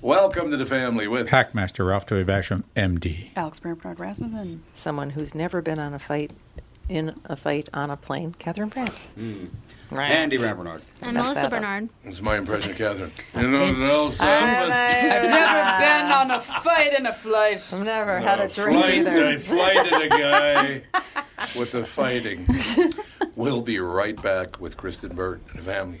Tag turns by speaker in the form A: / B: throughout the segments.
A: Welcome to the family with
B: Hackmaster Ralph W. Basham, MD.
C: Alex Bernard Rasmussen.
D: Someone who's never been on a fight, in a fight on a plane, Catherine Pratt. Right.
E: Andy Rappernard.
F: I'm
D: Messed that
F: Melissa
D: up.
F: Bernard.
A: It's my impression of Catherine. You know what else?
C: I've never been on a fight in a flight.
D: I've never had a drink
A: flight,
D: either.
A: I flighted a guy with the fighting. We'll be right back with Kristen Burt and the family.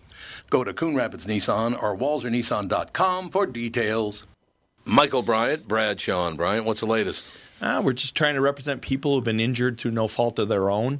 A: Go to Coon Rapids Nissan or WalzerNissan.com for details. Michael Bryant, Brad Sean Bryant, what's the latest?
G: Uh, we're just trying to represent people who've been injured through no fault of their own.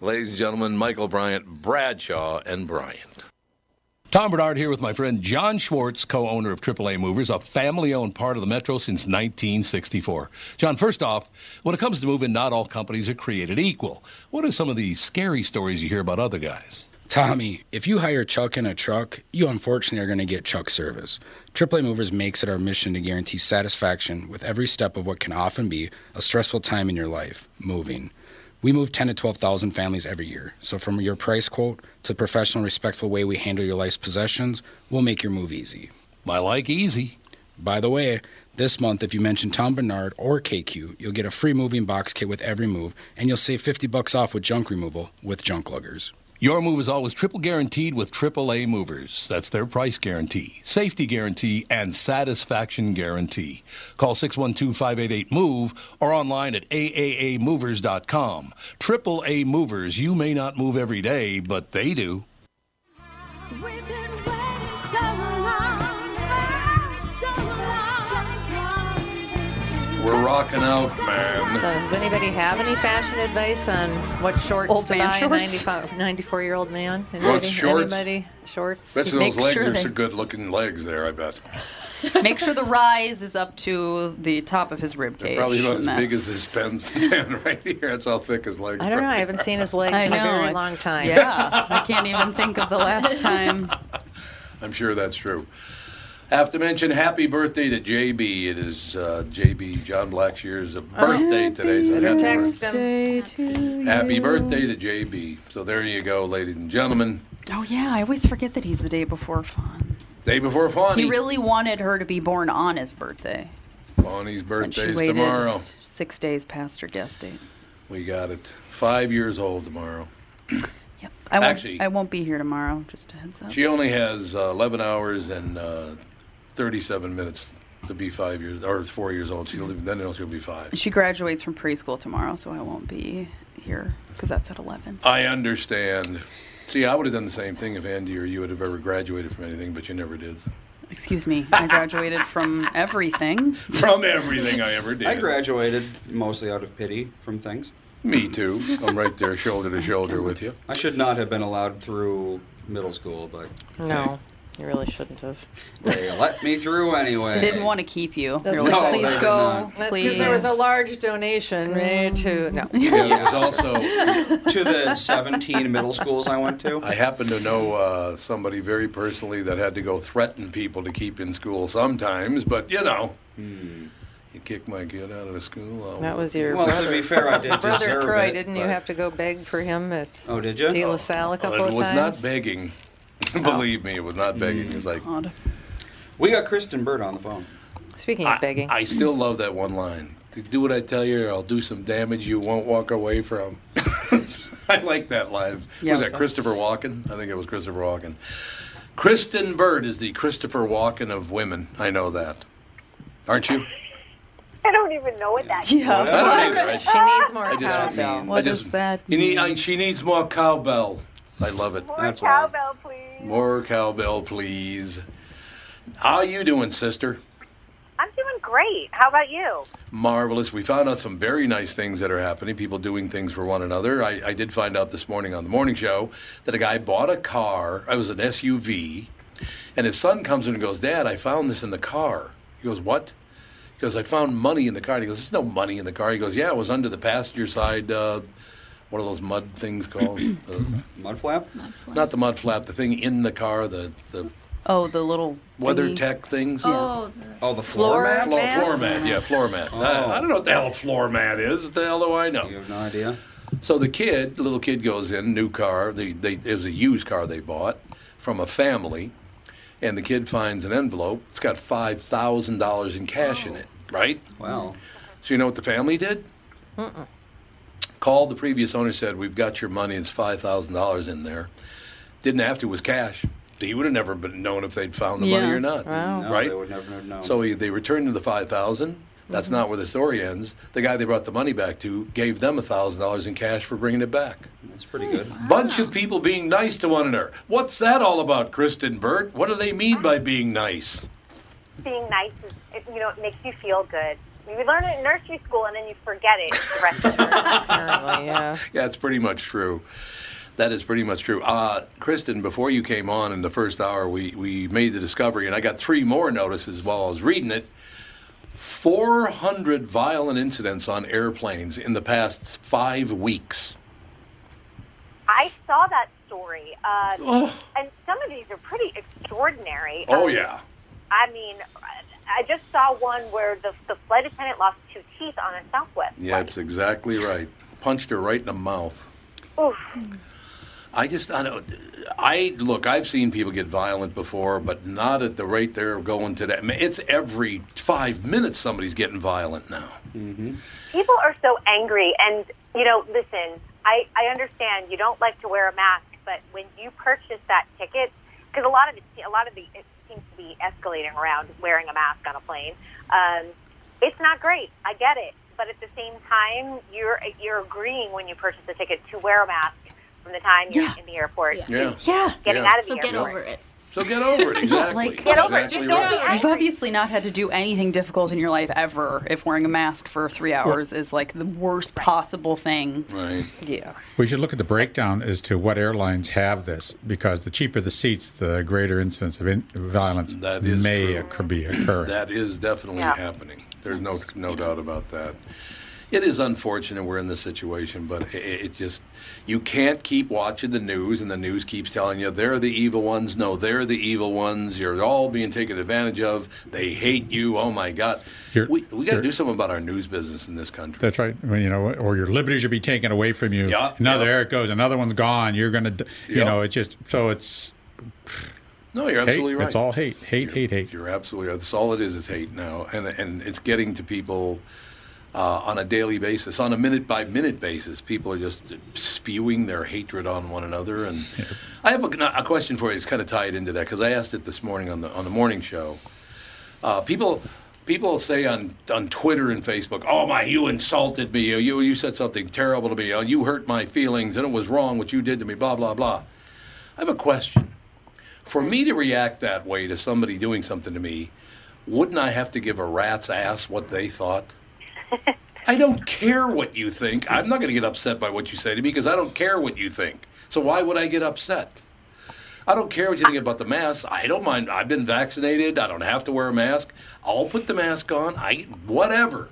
A: Ladies and gentlemen, Michael Bryant, Bradshaw, and Bryant. Tom Bernard here with my friend John Schwartz, co owner of AAA Movers, a family owned part of the Metro since 1964. John, first off, when it comes to moving, not all companies are created equal. What are some of the scary stories you hear about other guys?
E: Tommy, if you hire Chuck in a truck, you unfortunately are going to get Chuck service. AAA Movers makes it our mission to guarantee satisfaction with every step of what can often be a stressful time in your life, moving. We move 10 to 12,000 families every year. So from your price quote to the professional respectful way we handle your life's possessions, we'll make your move easy.
A: My like easy.
E: By the way, this month, if you mention Tom Bernard or KQ, you'll get a free moving box kit with every move, and you'll save 50 bucks off with junk removal with Junk Luggers.
A: Your move is always triple guaranteed with AAA Movers. That's their price guarantee, safety guarantee, and satisfaction guarantee. Call 612-588-MOVE or online at aaamovers.com. AAA Movers, you may not move every day, but they do.
H: We've been waiting so long, so long. Just wanted to-
A: We're rocking out, man.
D: So, does anybody have any fashion advice on what shorts
C: Old
D: to
C: man
D: buy
C: shorts?
D: a 94 year old man? Anybody,
A: shorts?
D: Anybody? Shorts.
A: Bet you
C: Make sure they-
A: good-looking legs there, I bet.
C: Make sure the rise is up to the top of his rib cage. and that's-
A: pen's pen right here. That's how thick his legs
D: I don't know. I haven't seen his legs
C: I
D: in
C: know.
D: a very
C: it's-
D: long time.
C: Yeah. I can't even think of the last time.
A: I'm sure that's true. Have to mention happy birthday to JB. It is uh, JB John Blackshear's birthday today, so happy,
D: Text
A: birth-
D: him.
A: happy birthday to JB. So there you go, ladies and gentlemen.
C: Oh, yeah. I always forget that he's the day before Fawn.
A: Day before Fawny.
C: He really wanted her to be born on his birthday.
A: Fawny's
C: And
A: birthday
C: she
A: is
C: waited
A: tomorrow.
C: six days past her guest date.
A: We got it. Five years old tomorrow.
C: Yep. I won't,
A: Actually-
C: I won't be here tomorrow. Just a heads up.
A: She only has uh, 11 hours and uh, 37 minutes to be five years or four years old. She'll then she'll be five.
C: She graduates from preschool tomorrow, so I won't be here because that's at 11.
A: I understand. See, I would have done the same thing if Andy or you would have ever graduated from anything, but you never did.
C: Excuse me. I graduated from everything.
A: From everything I ever did.
E: I graduated mostly out of pity from things.
A: Me too. I'm right there, shoulder to shoulder with you.
F: I should not have been allowed through middle school, but
D: No, you really shouldn't have.
F: they let me through anyway.
C: They didn't want to keep you. They were like,
D: That's no,
C: please
F: they're
C: go,
F: not.
D: That's
C: please.
D: because there was a large donation made to, no.
A: Yeah, there's also
F: to the 17 middle schools I went to.
A: I happen to know uh, somebody very personally that had to go threaten people to keep in school sometimes, but you know, you kick my kid out of the school. I'll,
D: That was your
F: Hmm. Well,
D: brother.
F: to be fair, I did
D: Brother
F: deserve
D: Troy,
F: it,
D: didn't you
F: but-
D: have to go beg for him at
F: Oh, did you? Oh.
D: De La Salle a
A: Well,
D: couple
A: it
D: of
A: was
D: times?
A: not begging. Believe me, it was not begging. It was like
C: God.
F: We got Kristen Bird on the phone.
D: Speaking
A: I,
D: of begging,
A: I still love that one line. Do what I tell you, or I'll do some damage you won't walk away from. I like that line.
C: Yeah,
A: was
C: it's
A: that
C: a-
A: Christopher Walken? I think it was Christopher Walken. Kristen Bird is the Christopher Walken of women. I know that. Aren't you?
I: I don't even know what that is.
C: Yeah.
F: Whatever.
A: I don't either. I-
D: she needs more
A: I just-
D: cowbell.
C: What
A: I just-
C: does that
A: You need, I,
C: mean?
A: she needs more cowbell. I love it.
I: More
F: That's why.
I: cowbell, please.
A: More cowbell, please. How you doing, sister?
I: I'm doing great. How about you?
A: Marvelous. We found out some very nice things that are happening, people doing things for one another. I, I did find out this morning on the morning show that a guy bought a car. It was an SUV. And his son comes in and goes, Dad, I found this in the car. He goes, What? He goes, I found money in the car. And he goes, There's no money in the car. He goes, Yeah, it was under the passenger side. Uh, what are those mud things called? Uh,
F: Mudflap?
A: not the mud flap, the thing in the car, the, the
C: Oh, the little
A: weather
C: thingy.
A: tech things.
I: Oh,
F: Oh, the floor,
D: Floor
F: mat?
A: Floor,
D: mats?
A: floor mat, yeah, floor mat. I, I don't know what the hell a floor mat is. What the hell do I know?
F: You have no idea.
A: So the kid, the little kid goes in, new car. They, they, it was a used car they bought from a family. And the kid finds an envelope. It's got $5,000 in cash in it, right?
F: Wow.
A: So you know what the family did? Called the previous owner, said, We've got your money. It's $5,000 in there. Didn't have to, it was cash. He would have never been known if they'd found the money
C: Yeah.
A: or not.
F: No,
A: Right?
F: They would never know.
A: So he, they returned him the five thousand. That's not where the story ends. The guy they brought the money back to gave them a thousand dollars in cash for bringing it back.
F: That's pretty good.
A: Bunch of people being nice to one another. What's that all about, Kristen Burt? What do they mean by being nice?
I: being nice is, it, you know, it makes you feel good. You learn it in nursery school and then you forget it the rest of your life.
D: apparently, yeah.
A: Yeah, it's pretty much true. That is pretty much true. Uh, Kristen, before you came on in the first hour, we, we made the discovery, and I got three more notices while I was reading it. 400 violent incidents on airplanes in the past five weeks.
I: I saw that story. Uh, And some of these are pretty extraordinary.
A: Oh,
I: Um,
A: yeah.
I: I mean, I just saw one where the, the flight attendant lost two teeth on a Southwest.
A: Yeah, that's exactly right. Punched her right in the mouth.
I: Oof.
A: I just, I don't, I look. I've seen people get violent before, but not at the rate they're going today. I mean, it's every five minutes somebody's getting violent now.
I: People are so angry. And, you know, listen, I, I understand you don't like to wear a mask, but when you purchase that ticket, because a lot of the, a lot of the, it seems to be escalating around wearing a mask on a plane. Um, it's not great. I get it. But at the same time, you're, you're agreeing when you purchase a ticket to wear a mask from the time you're
J: Yeah.
I: in the airport.
J: Yeah.
A: Yeah.
C: Yeah.
I: Getting
A: Yeah.
I: out of the
J: So get
I: airport.
J: over it.
A: So get over it. Exactly.
C: like- Get
I: over it, just
A: Exactly
I: get
A: right.
I: over it.
C: You've obviously not had to do anything difficult in your life ever if wearing a mask for three hours is like the worst possible thing.
A: Right.
D: Yeah.
B: We should look at the breakdown as to what airlines have this, because the cheaper the seats, the greater incidence of in- violence
A: That is
B: may
A: true.
B: occur- be occurring.
A: That is definitely
I: Yeah.
A: happening. There's no no doubt about that. It is unfortunate we're in this situation, but it, it just you can't keep watching the news, and the news keeps telling you they're the evil ones. No, they're the evil ones. You're all being taken advantage of. They hate you. Oh my God,
B: You're-
A: we we got to
B: you're-
A: do something about our news business in this country.
B: That's right. I mean, you know, or your liberties will be taken away from you.
A: Yeah,
B: another
A: yeah.
B: there it goes. Another one's gone. You're gonna, d- you
A: Yeah.
B: know, it's just so it's
A: No, you're
B: hate.
A: absolutely right.
B: It's all hate, hate, hate, hate.
A: You're absolutely right. That's all it is is hate now, and and it's getting to people uh, on a daily basis, on a minute by minute basis. People are just spewing their hatred on one another. And I have a, a question for you. It's kind of tied into that because I asked it this morning on the on the morning show. Uh, people. People say on, on Twitter and Facebook, "Oh my, you insulted me. You you said something terrible to me. Oh, you hurt my feelings, and it was wrong what you did to me." Blah blah blah. I have a question. For me to react that way to somebody doing something to me, wouldn't I have to give a rat's ass what they thought? I don't care what you think. I'm not going to get upset by what you say to me because I don't care what you think. So why would I get upset? I don't care what you think about the mask. I don't mind. I've been vaccinated. I don't have to wear a mask. I'll put the mask on. I whatever.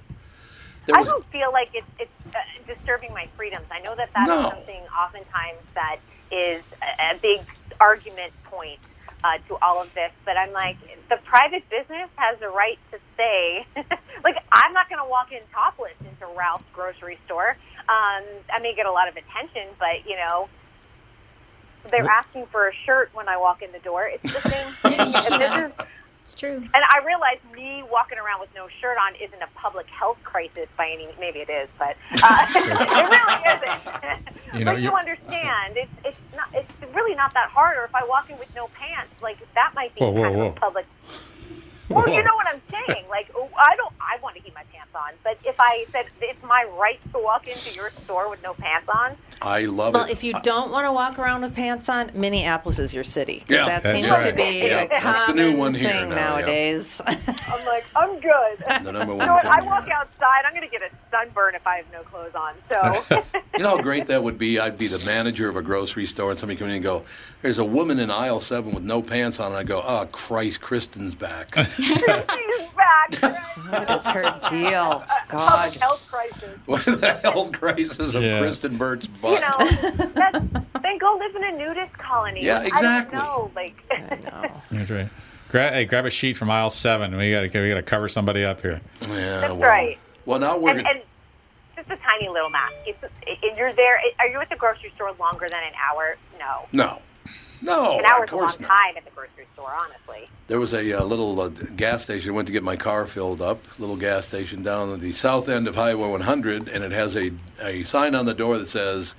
A: There
I: I
A: was
I: don't feel like it's, it's uh, disturbing my freedoms. I know that that is
A: No.
I: something oftentimes that is a, a big argument point uh, to all of this, but I'm like, the private business has the right to say, like, I'm not going to walk in topless into Ralph's grocery store. Um, I may get a lot of attention, but, you know, they're asking for a shirt when I walk in the door. It's the same thing. And this is
J: It's true.
I: and I realize me walking around with no shirt on isn't a public health crisis by any. Maybe it is, but uh, it really isn't.
B: You know,
I: but
B: you-
I: you understand, it's it's not it's really not that hard. Or if I walk in with no pants, like that might be
B: Whoa, whoa,
I: kind
B: whoa.
I: of a public. Well, you know what I'm saying. Like oh, I don't, I want to keep my pants on, but if I said it's my right to walk into your store with no pants on,
A: I love
D: Well,
A: it.
D: if you don't want to walk around with pants on, Minneapolis is your city. 'cause
A: Yeah,
D: that
A: that's
D: seems to
A: right.
D: be
A: Yeah,
D: a
A: that's the
D: common
A: new one here
D: thing
A: now, yeah.
D: nowadays.
I: I'm like I'm good.
A: The number
I: You
A: one
I: know what?
A: thing
I: I
A: here.
I: walk outside. I'm going to get a sunburn if I have no clothes on. So.
A: You know how great that would be? I'd be the manager of a grocery store and somebody come in and go, There's a woman in aisle seven with no pants on. And I go, Oh, Christ, Kristen's back.
I: She's back.
D: That is her deal.
I: Public
D: God.
I: health crisis.
A: what the health crisis of Kristen Burt's butt?
I: You know, that's, then go live in a nudist colony.
A: Yeah, exactly.
I: I don't know, like.
B: That's right. Gra- hey, grab a sheet from aisle seven. We got to we got to cover somebody up here.
A: Yeah,
I: That's right.
A: Oh, Well, now we're
I: and, and just a tiny little mask. It's, and you're there. Are you at the grocery store longer than an hour? No.
A: No. No,
I: an hour
A: of
I: is a long
A: course not.
I: time at the grocery store, honestly.
A: There was a uh, little uh, gas station. I went to get my car filled up. Little gas station down at the south end of Highway 100, and it has a, a sign on the door that says,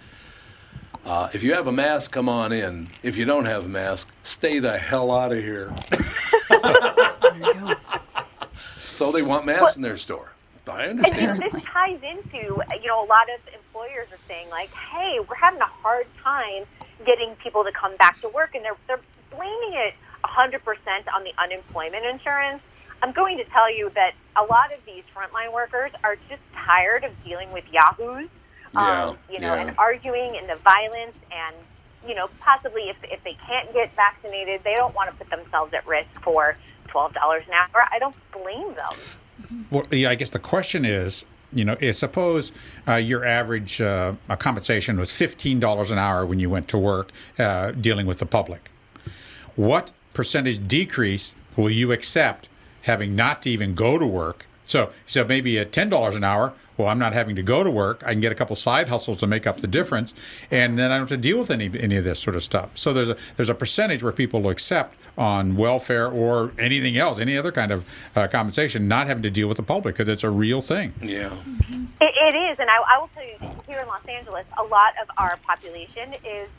A: uh, "If you have a mask, come on in. If you don't have a mask, stay the hell out of here." so they want masks in their store. I
I: And you know,
A: understand.
I: this ties into, you know, a lot of employers are saying like, "Hey, we're having a hard time getting people to come back to work," and they're they're blaming it 100% on the unemployment insurance. I'm going to tell you that a lot of these frontline workers are just tired of dealing with yahoos,
H: Yeah,
I: um, you know,
H: yeah.
I: and arguing and the violence and you know, possibly if if they can't get vaccinated, they don't want to put themselves at risk for twelve dollars an hour. I don't blame them.
B: Well, yeah, I guess the question is, you know, is suppose uh, your average uh, uh, compensation was fifteen dollars an hour when you went to work uh, dealing with the public. What percentage decrease will you accept having not to even go to work? So, so maybe at ten dollars an hour. Well, I'm not having to go to work. I can get a couple side hustles to make up the difference, and then I don't have to deal with any any of this sort of stuff. So there's a there's a percentage where people will accept on welfare or anything else, any other kind of uh, compensation, not having to deal with the public because it's a real thing.
A: Yeah.
I: It, it is, and I, I will tell you, here in Los Angeles, a lot of our population is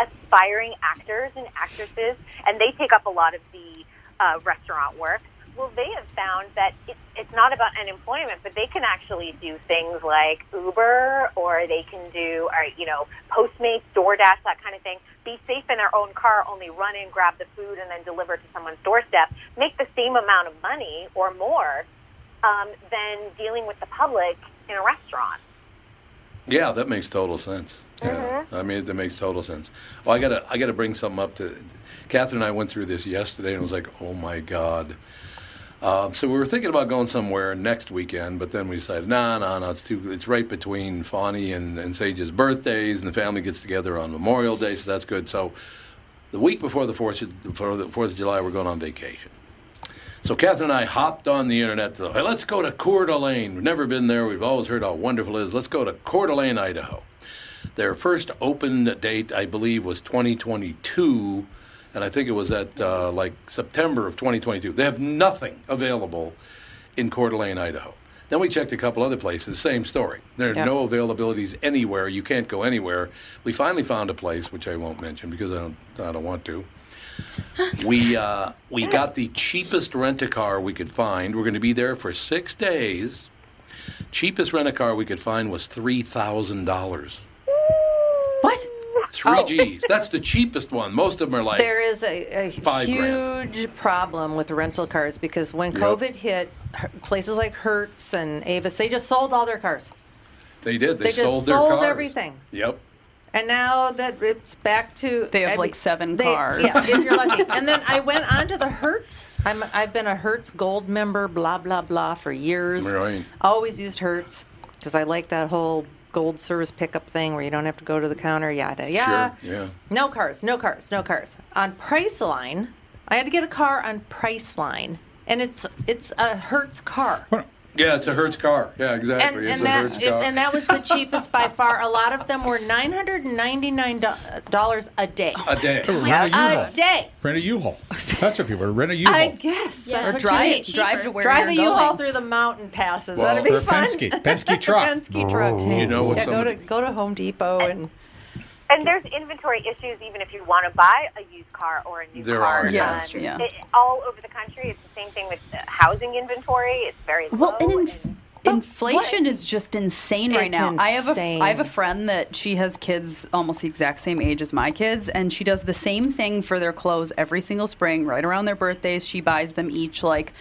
I: aspiring actors and actresses, and they take up a lot of the uh, restaurant work. Well, they have found that it, it's not about unemployment, but they can actually do things like Uber, or they can do, or you know, Postmates, DoorDash, that kind of thing. Be safe in their own car, only run in, grab the food, and then deliver to someone's doorstep. Make the same amount of money or more um, than dealing with the public in a restaurant.
A: Yeah, that makes total sense.
D: Mm-hmm.
A: Yeah, I mean that makes total sense. Well, I gotta I gotta bring something up to. Catherine and I went through this yesterday, and I was like, oh my god. Um, so we were thinking about going somewhere next weekend, but then we decided, no, no, no, it's too. It's right between Fawny and, and Sage's birthdays, and the family gets together on Memorial Day, so that's good. So the week before the Fourth of- before the Fourth of July, we're going on vacation. So Catherine and I hopped on the internet. To, hey, let's go to Coeur d'Alene. We've never been there. We've always heard how wonderful it is. Let's go to Coeur d'Alene, Idaho. Their first open date, I believe, was 2022, and I think it was at uh, like September of 2022. They have nothing available in Coeur d'Alene, Idaho. Then we checked a couple other places, same story. There are
K: Yep.
A: no availabilities anywhere. You can't go anywhere. We finally found a place, which I won't mention because I don't, I don't want to. We uh, we got the cheapest rent a car we could find. We're going to be there for six days. Cheapest rent a car we could find was three thousand dollars.
C: What?
A: Three
D: Oh.
A: G's. That's the cheapest one. Most of them are like
D: there is a, a
A: Five grand.
D: huge problem with rental cars because when
A: Yep.
D: COVID hit, her- places like Hertz and Avis, they just sold all their cars.
A: they did. They,
D: just
A: sold their
D: sold
A: cars.
D: everything.
A: Yep.
D: And now that it's back to they
C: have, like, seven cars.
D: Yeah, if you're lucky. And then I went on to the Hertz. I'm, I've been a Hertz Gold member, blah blah blah, for years.
A: Right.
D: Always used Hertz because I like that whole Gold service pickup thing where you don't have to go to the counter. Yada yada.
A: Sure. Yeah.
D: No cars, no cars, no cars. On Priceline, I had to get a car on Priceline, and it's it's a Hertz car.
A: Yeah, it's a Hertz car. Yeah,
D: And,
A: exactly. it's
D: and
A: a
D: that
A: Hertz car.
D: and that was the cheapest by far. A lot of them were nine hundred and ninety nine dollars a day.
A: a day.
B: Rent a U-Haul.
D: A day.
B: Rent a U-Haul. That's what people are. Rent a U-Haul.
D: I guess.
C: Yeah,
D: that's
C: or
D: what
C: drive-
D: you need.
C: drive to where
D: drive
C: you're
D: a U-Haul
C: going.
D: through the mountain passes.
A: Well,
D: That'd be
B: or
D: fun.
B: Penske. Penske truck.
D: Penske truck. too.
A: Oh. You know what
D: yeah, go to
A: somebody-
D: go to Home Depot and
I: And there's inventory issues even if you want to buy a used car or a new
A: There
I: car.
A: are,
C: yes.
I: Um,
C: Yeah.
I: it- all over the country, it's the same thing with uh, housing inventory. It's very low.
C: Well, and inf-
I: and-
C: inflation is just insane right
D: It's
C: now. I have a I have a
D: insane.
C: friend that she has kids almost the exact same age as my kids, and she does the same thing for their clothes every single spring, right around their birthdays. She buys them each like,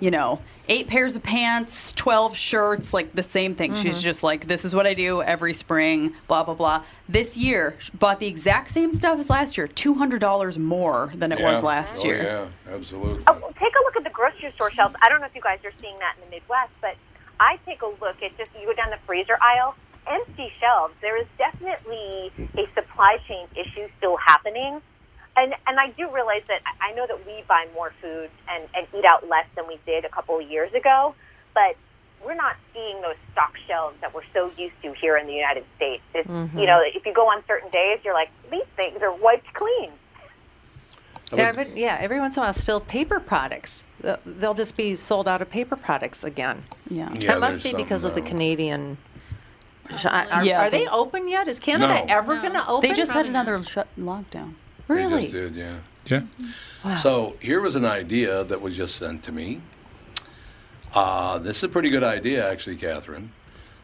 C: you know, eight pairs of pants, twelve shirts, like the same thing.
D: Mm-hmm.
C: She's just like, this is what I do every spring. Blah blah blah. This year, she bought the exact same stuff as last year, two hundred dollars more than it
A: yeah.
C: was last
A: oh,
C: year.
A: Yeah, absolutely.
I: Oh, well, take a look at the grocery store shelves. I don't know if you guys are seeing that in the Midwest, but I take a look at just you go down the freezer aisle, empty shelves. There is definitely a supply chain issue still happening. And, and I do realize that I- I know that we buy more food and, and eat out less than we did a couple of years ago, but we're not seeing those stock shelves that we're so used to here in the United States. It's,
D: Mm-hmm.
I: You know, if you go on certain days, you're like, these things are wiped clean.
D: yeah, but yeah, every once in a while, still paper products. They'll- They'll just be sold out of paper products again.
C: Yeah.
A: Yeah,
D: that must
A: there's
D: be because of the
A: something, uh,
D: Canadian. Are,
C: Yeah,
D: are they
C: they-
D: open yet? Is Canada
A: No.
D: ever going to open?
C: They just had another shut lockdown.
A: They
D: really.
A: just did, yeah.
B: Yeah.
A: So here was an idea that was just sent to me. Uh, this is a pretty good idea, actually, Catherine.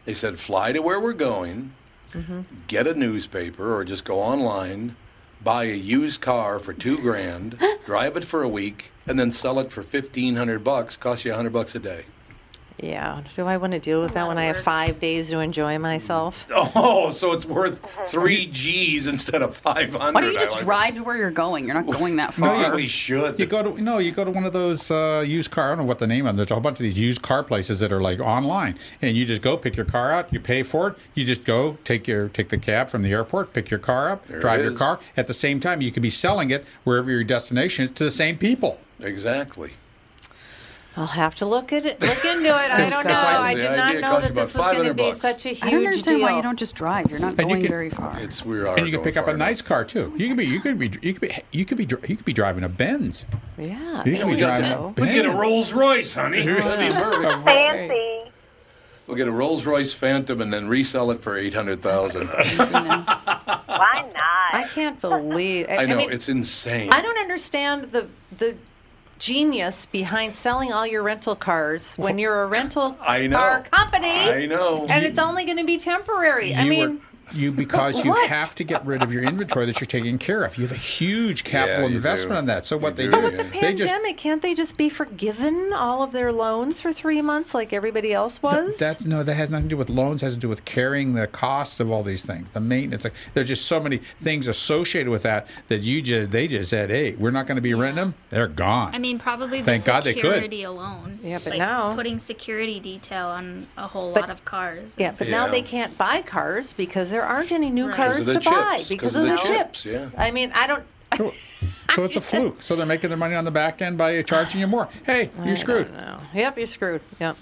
A: They said, fly to where we're going,
D: Mm-hmm.
A: get a newspaper, or just go online, buy a used car for two grand, drive it for a week, and then sell it for fifteen hundred bucks. Cost you hundred bucks a day.
D: Yeah. Do I want to deal with that when I have five days to enjoy myself?
A: Oh, so it's worth
D: Uh-huh.
A: three G's instead of five hundred.
C: Why don't you just drive to where you're going? You're not going that
A: No,
C: far.
A: you- we should.
B: You go to no, you go to one of those uh, used car. I don't know what the name of. them. There's a whole bunch of these used car places that are like online, and you just go pick your car out. You pay for it. You just go take your take the cab from the airport, pick your car up,
A: There
B: drive
A: it
B: your
A: is.
B: car. At the same time, you could be selling it wherever your destination is to the same people.
A: exactly.
D: I'll have to look at it. Look into it. I don't know.
A: Because
D: I
A: the
D: did
A: idea
D: not know
A: costs
D: that
A: about
D: this was going to
A: 500
D: be
A: bucks.
D: such a
C: I don't
D: huge
C: understand
D: deal.
C: why you don't just drive. You're not
B: And you
C: going
B: can-
C: very far.
A: It's we are.
B: and you could
A: going
B: pick up
A: far
B: a
A: enough.
B: nice car too. You could be you could be you could be you could be dri- you could be driving a Benz.
D: Yeah.
B: You can
D: there
B: be
D: you
B: driving
D: go.
B: a
A: We
B: Benz.
A: get a Rolls Royce, honey. That'd be perfect.
I: Fancy.
A: We'll get a Rolls Royce Phantom and then resell it for eight hundred thousand.
C: Craziness.
I: Why not?
D: I can't believe. I,
A: I know
D: mean,
A: it's insane.
D: I don't understand the the genius behind selling all your rental cars when you're a rental
A: I know.
D: car company.
A: I know.
D: And it's only going to be temporary. I
B: you
D: mean,
B: are- you because you
D: What?
B: have to get rid of your inventory that you're taking care of. You have a huge capital
A: you do.
B: investment on that. So what
A: You
B: they
A: do,
B: do,
A: But with the
B: they
D: pandemic,
B: just
D: can't they just be forgiven all of their loans for three months like everybody else was?
B: That's no, that has nothing to do with loans. Has to do with carrying the costs of all these things, the maintenance. Like, there's just so many things associated with that that you just they just said, hey, we're not going to be renting them. They're gone.
J: I mean, probably the
B: Thank God they could.
J: security alone.
D: Yeah, but
J: Like,
D: now-
J: putting security detail on a whole
D: But-
J: lot of cars.
D: yeah,
J: is-
D: but now
A: Yeah.
D: they can't buy cars because there aren't any new
J: Right.
D: cars
A: Because of
D: to
A: the
D: buy
A: chips.
D: because of the, chips.
A: yeah.
D: I mean, I don't.
B: so, so it's a fluke. So they're making their money on the back end by charging you more. Hey, you're screwed.
D: No. Yep, you're screwed. Yep.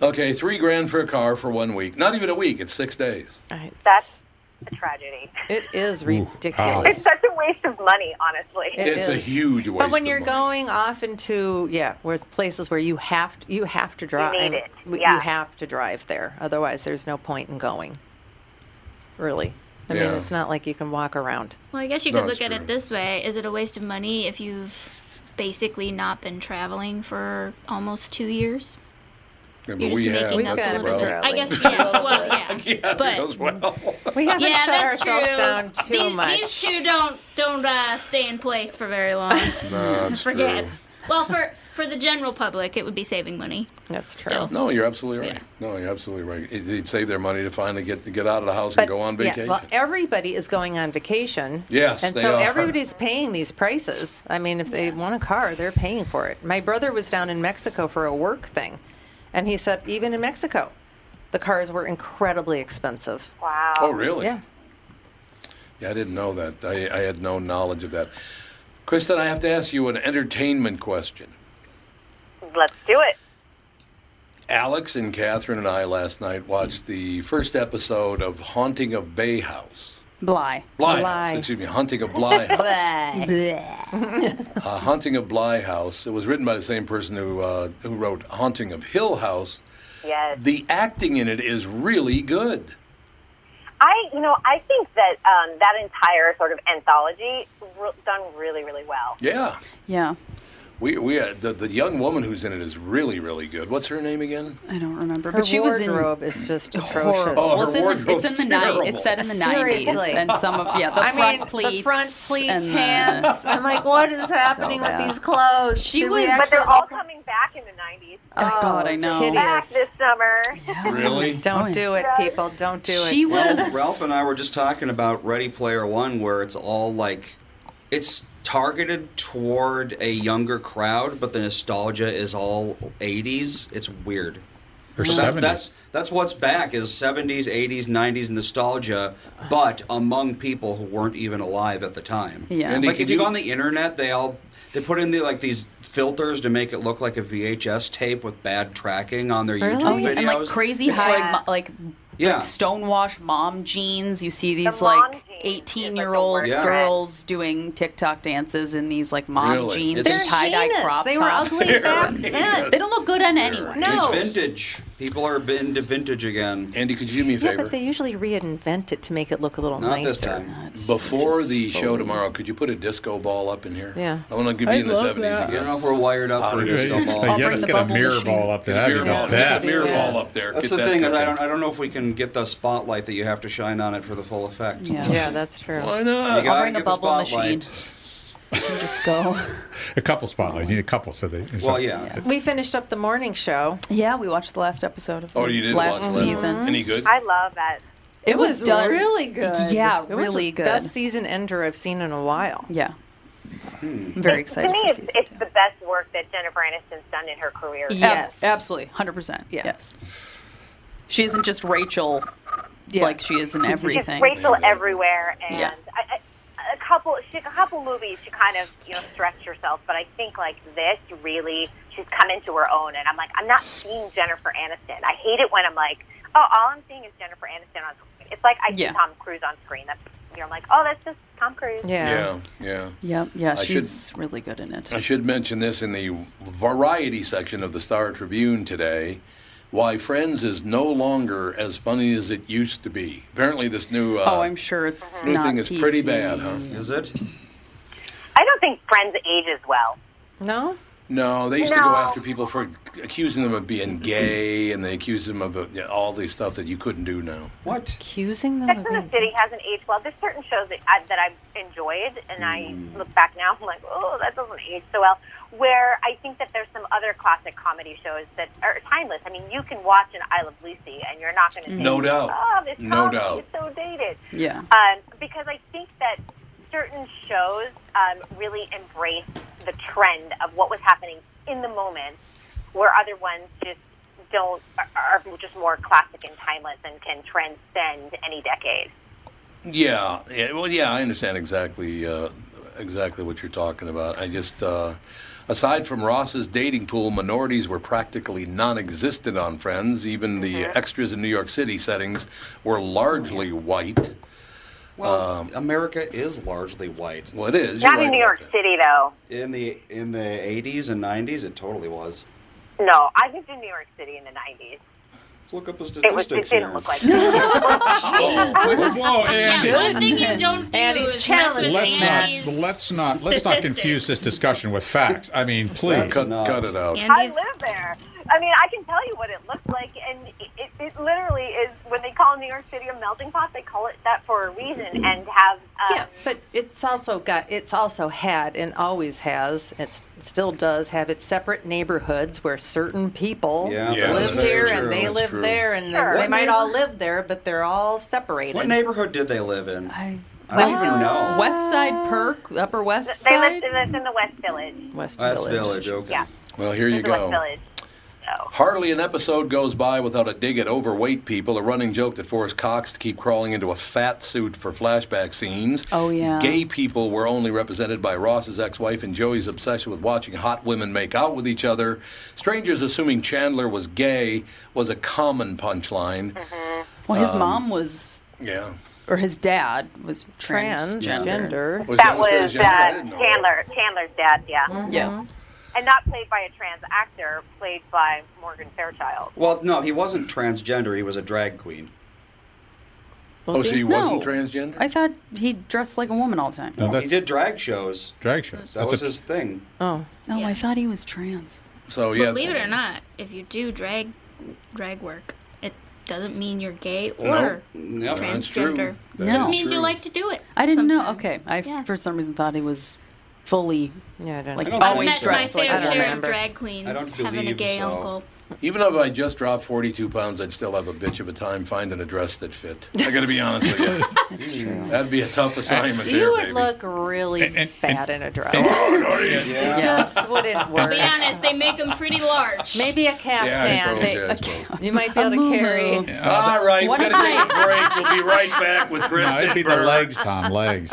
A: Okay, three grand for a car for one week. Not even a week. It's six days.
D: It's-
I: That's a tragedy.
D: it is
I: It's
D: ridiculous.
I: such a waste of money, honestly.
D: It
A: It's a
D: is.
A: huge
D: But
A: waste
D: when
A: of
D: you're
A: money.
D: going off into yeah, where it's places where you have to, you have to drive,
I: need it.
D: w-
I: Yeah.
D: you have to drive there. Otherwise, there's no point in going. Really, I
A: Yeah.
D: mean, it's not like you can walk around.
J: Well, I guess you
A: No,
J: could
A: it's
J: look at
A: true.
J: it this way: Is it a waste of money if you've basically not been traveling for almost two years?
A: Yeah, but
J: You're
A: we
J: just
A: have,
J: making up
A: that's
J: a
A: the
J: little bit.
A: problem.
J: I guess yeah. Well, yeah. but
D: we haven't
J: yeah,
D: shut
J: that's
D: ourselves
J: true.
D: down too
J: these,
D: much.
J: These two don't don't uh, stay in place for very long.
A: No, it's
J: Forget.
A: true.
J: Well, for for the general public, it would be saving money.
D: That's
J: true.
A: No, you're absolutely right. No, you're absolutely right. It- They'd save their money to finally get to get out of the house and go on vacation.
D: Yeah, well, everybody is going on vacation.
A: Yes,
D: and
A: they
D: so
A: are.
D: everybody's paying these prices. I mean, if they want a car, they're paying for it. My brother was down in Mexico for a work thing, and he said even in Mexico, the cars were incredibly expensive.
I: Wow.
A: Oh, really?
D: Yeah.
A: Yeah, I didn't know that. I, I had no knowledge of that. Kristen, I have to ask you an entertainment question.
I: Let's do it.
A: Alex and Catherine and I last night watched the first episode of Haunting of Bay House.
C: Bly.
A: Bly, House, excuse me, Haunting of Bly House. uh, Haunting of Bly House. It was written by the same person who uh, who wrote Haunting of Hill House.
I: Yes.
A: The acting in it is really good.
I: I, you know, I think that um, that entire sort of anthology re- done really, really well.
A: Yeah,
C: Yeah.
A: we we uh, the the young woman who's in it is really really good. What's her name again?
C: I don't remember.
D: Her
C: but she was in
D: wardrobe is just
C: horrible.
D: atrocious.
C: Well,
A: Oh, her
C: it's in the-
A: wardrobe's
C: it's in the night.
A: terrible.
C: It's set in the
D: Seriously.
C: nineties, and some of yeah, the
D: I
C: front
D: mean,
C: pleats,
D: the front pleat
C: and the-
D: pants. I'm like, what is happening with
C: bad.
D: these clothes?
C: She
D: Did we
C: was-
I: But they're
D: actually-
I: all coming back in the 90s.
C: Oh, God, I
D: it's
C: know.
D: hideous.
I: Back this summer.
A: Really?
D: Don't do it, people. Don't do it.
C: She
F: Well,
C: was.
F: Ralph and I were just talking about Ready Player One, where it's all like, it's targeted toward a younger crowd, but the nostalgia is all '80s. It's weird.
B: Or
F: But that's,
B: 70s.
F: that's that's what's back is '70s, '80s, '90s nostalgia, but among people who weren't even alive at the time.
C: Yeah.
A: Andy,
F: like
A: can
F: if you go
A: you-
F: on the internet, they all they put in the, like these filters to make it look like a VHS tape with bad tracking on their
D: Really?
F: YouTube videos.
C: Oh, and like crazy
F: It's
C: high,
F: like-
C: mo- like
F: yeah.
C: like stonewashed mom jeans. You see these
I: mom
C: like
I: jeans is, like, the
C: eighteen-year-old
F: worst. Yeah.
C: girls doing TikTok dances in these like mom
A: Really?
C: jeans
F: It's-
C: and tie-dye
D: heinous.
C: crop
D: They were
C: tops.
D: ugly back then.
C: They don't look good on anyone.
D: No.
F: It's vintage. People are into vintage again.
A: Andy, could you do me a
D: Yeah,
A: favor?
D: but they usually reinvent it to make it look a little
F: Not
D: nicer.
F: this time.
A: Before the
C: Oh.
A: show tomorrow, could you put a disco ball up in here?
D: Yeah.
A: I want to give you in the
B: love
A: seventies
F: I don't
A: again.
F: know if we're wired up for a
A: Otter
F: disco
A: is-
F: ball.
B: yeah,
C: bring
B: let's
C: the
B: get a
C: bubble
B: mirror
C: machine.
B: ball up there.
A: Get a
B: That'd
A: beer
B: be
A: ball.
B: the
A: Get a
B: best.
A: beer
D: Yeah.
A: ball up there.
F: That's
A: Get
F: the
A: that
F: thing is I
A: cooking.
F: don't I don't know if we can get the spotlight that you have to shine on it for the full effect.
C: Yeah.
D: Yeah, that's true.
A: Why
F: You
A: not?
F: gotta
C: I'll bring a
F: get the
C: bubble machine.
F: spotlight.
C: And just go.
B: A couple spotlights. You need a couple so they. so-
F: Well, yeah.
D: We finished up the morning show.
C: Yeah, we watched the last episode of
A: Oh, you did
C: last
A: watch that.
C: season.
A: Any good?
I: I love that.
C: It, was, done
D: really good.
C: Yeah,
D: it was
C: really
D: the
C: good.
D: Best season ender I've seen in a while.
C: Yeah. I'm very
I: To
C: excited.
I: me,
C: for
I: it's,
C: season
I: it's
C: two.
I: the best work that Jennifer Aniston's done in her career.
D: Yeah.
C: Ab-
D: Yes.
C: absolutely. 100%.
D: Yeah.
C: Yes. She isn't just Rachel
D: Yeah.
C: like she is in
I: She's
C: everything.
I: Rachel
A: Exactly.
I: everywhere, and
C: Yeah.
I: I, I, a couple, she, a couple movies, she kind of you know stretched herself. But I think like this, really, she's come into her own. And I'm like, I'm not seeing Jennifer Aniston. I hate it when I'm like, oh, all I'm seeing is Jennifer Aniston on screen. It's like I see
C: Yeah.
I: Tom Cruise on screen. That's you know, I'm like, oh, that's just Tom Cruise.
D: Yeah.
A: Yeah, yeah.
C: Yep. Yeah,
A: I Uh,
C: she's really good in it.
A: I should mention this in the variety section of the Star Tribune today. Why Friends is no longer as funny as it used to be. Apparently, this new uh,
C: oh, I'm sure it's
A: new
C: not
A: thing is pretty
C: PC.
A: bad, huh?
F: Is it?
I: I don't think Friends ages well.
D: No?
A: No, they used to go
I: No.
A: after people for accusing them of being gay, and they accused them of uh, yeah, all the stuff that you couldn't do now.
F: What?
D: Accusing them
I: Sex
D: of
I: in the
D: being-
I: City hasn't aged well. There's certain shows that I, that I've enjoyed, and I
A: Mm.
I: look back now, I'm like, oh, that doesn't age so well. Where I think that there's some other classic comedy shows that are timeless. I mean, you can watch an I Love Lucy, and you're not going to
A: No doubt.
I: Oh, this
A: No
I: comedy
A: doubt.
I: is so dated.
C: Yeah.
I: Um, because I think that certain shows um, really embrace the trend of what was happening in the moment, where other ones just don't are are just more classic and timeless and can transcend any decade.
A: Yeah, yeah. Well, yeah, I understand exactly uh, exactly what you're talking about. I just, uh, aside from Ross's dating pool, minorities were practically non-existent on Friends. Even the
I: Mm-hmm.
A: extras in New York City settings were largely white.
F: Well, America is largely white.
A: Well, it is.
I: Not
A: you're
I: in
A: right
I: New
A: about
I: York
A: that.
I: City, though.
F: In the in the 80s and 90s, it totally was.
I: No, I lived in New York City in the '90s.
F: Let's look up the
I: It was.
F: statistics
I: It
F: here.
I: didn't look like. That.
B: Oh, Whoa, Andy.
J: Yeah, one thing you don't do
D: Andy's
J: is mess with
B: Let's
J: Andy's
B: not let's not let's not confuse this discussion with facts. I mean, please.
A: Cut,
F: not.
A: cut it out.
I: I
J: Andy's
I: live there. I mean, I can tell you what it looks like, and it, it literally is. When they call New York City a melting pot, they call it that for a reason,
A: Mm-hmm.
I: and have um,
D: yeah, but it's also got it's also had and always has it's it still does have its separate neighborhoods where certain people
F: Yeah, Yeah,
D: live
F: that's
D: here
F: true,
D: and they
F: that's
D: live
F: true.
D: there and
F: Sure.
D: they
F: What
D: might
F: neighbor-
D: all live there but they're all separated.
F: What neighborhood did they live in? I,
C: Well,
F: don't even know.
C: West Side Perk, Upper West
I: they
C: Side.
I: live in, it's in the West Village.
D: West,
F: West Village. okay.
I: Yeah,
A: Well, here you
I: the West
A: go.
I: Village.
A: Hardly an episode goes by without a dig at overweight people, a running joke that forced Cox to keep crawling into a fat suit for flashback scenes.
C: Oh yeah.
A: Gay people were only represented by Ross's ex-wife and Joey's obsession with watching hot women make out with each other. Strangers assuming Chandler was gay was a common punchline.
C: Well, his
A: Um,
C: mom was,
A: Yeah.
C: or his dad was transgender.
D: transgender.
A: Was
I: that
A: that the
I: was
A: transgender? I
I: uh,
A: didn't know that.
I: Chandler. Chandler's dad. Yeah,
C: Yeah.
I: and not played by a trans actor, played by Morgan Fairchild.
F: Well, no, he wasn't transgender. He was a drag queen.
A: Oh, so he wasn't
C: No.
A: transgender?
C: I thought he dressed like a woman all the time.
B: No,
F: he
B: that's
F: did drag shows.
B: drag shows.
F: That
B: That's
F: was
B: a-
F: his thing.
D: Oh,
C: No,
J: Yeah.
C: I thought he was trans.
A: So yeah.
J: Believe it or not, if you do drag drag work, it doesn't mean you're gay or
A: No,
F: Yep.
A: that's true.
J: transgender.
A: That
C: Just
A: is
J: means
A: true.
J: you like to do it.
C: I didn't know.
J: sometimes.
C: Okay, I
J: yeah.
C: for some reason thought he was fully
D: yeah, I don't
C: like
D: know.
F: don't think
C: always
J: Met
F: so.
J: my
C: dressed like a
J: fair
D: I don't
C: woman.
J: share
D: remember.
J: of drag
F: I
J: queens
F: don't
J: having a
F: believe
J: gay
F: so.
J: uncle.
A: Even if I just dropped 42 pounds, I'd still have a bitch of a time finding a dress that fit. I got to be honest with you. Mm. That'd be a tough
J: Uh,
A: assignment there,
D: you would
A: baby.
D: look really
B: And- and-
D: bad in a dress.
F: Yeah.
D: It just wouldn't
J: To
D: work.
J: be honest, they make them pretty large.
D: Maybe a
A: yeah,
D: caftan.
A: probably
C: They-
A: does,
C: okay.
A: well.
D: you might be able to
C: muumuu.
D: carry.
A: All right, we're
C: What
A: going to
C: if
A: take a break. We'll be right back with Chris.
B: no, it'd be the legs, Tom. Legs.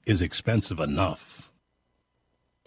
A: is expensive enough.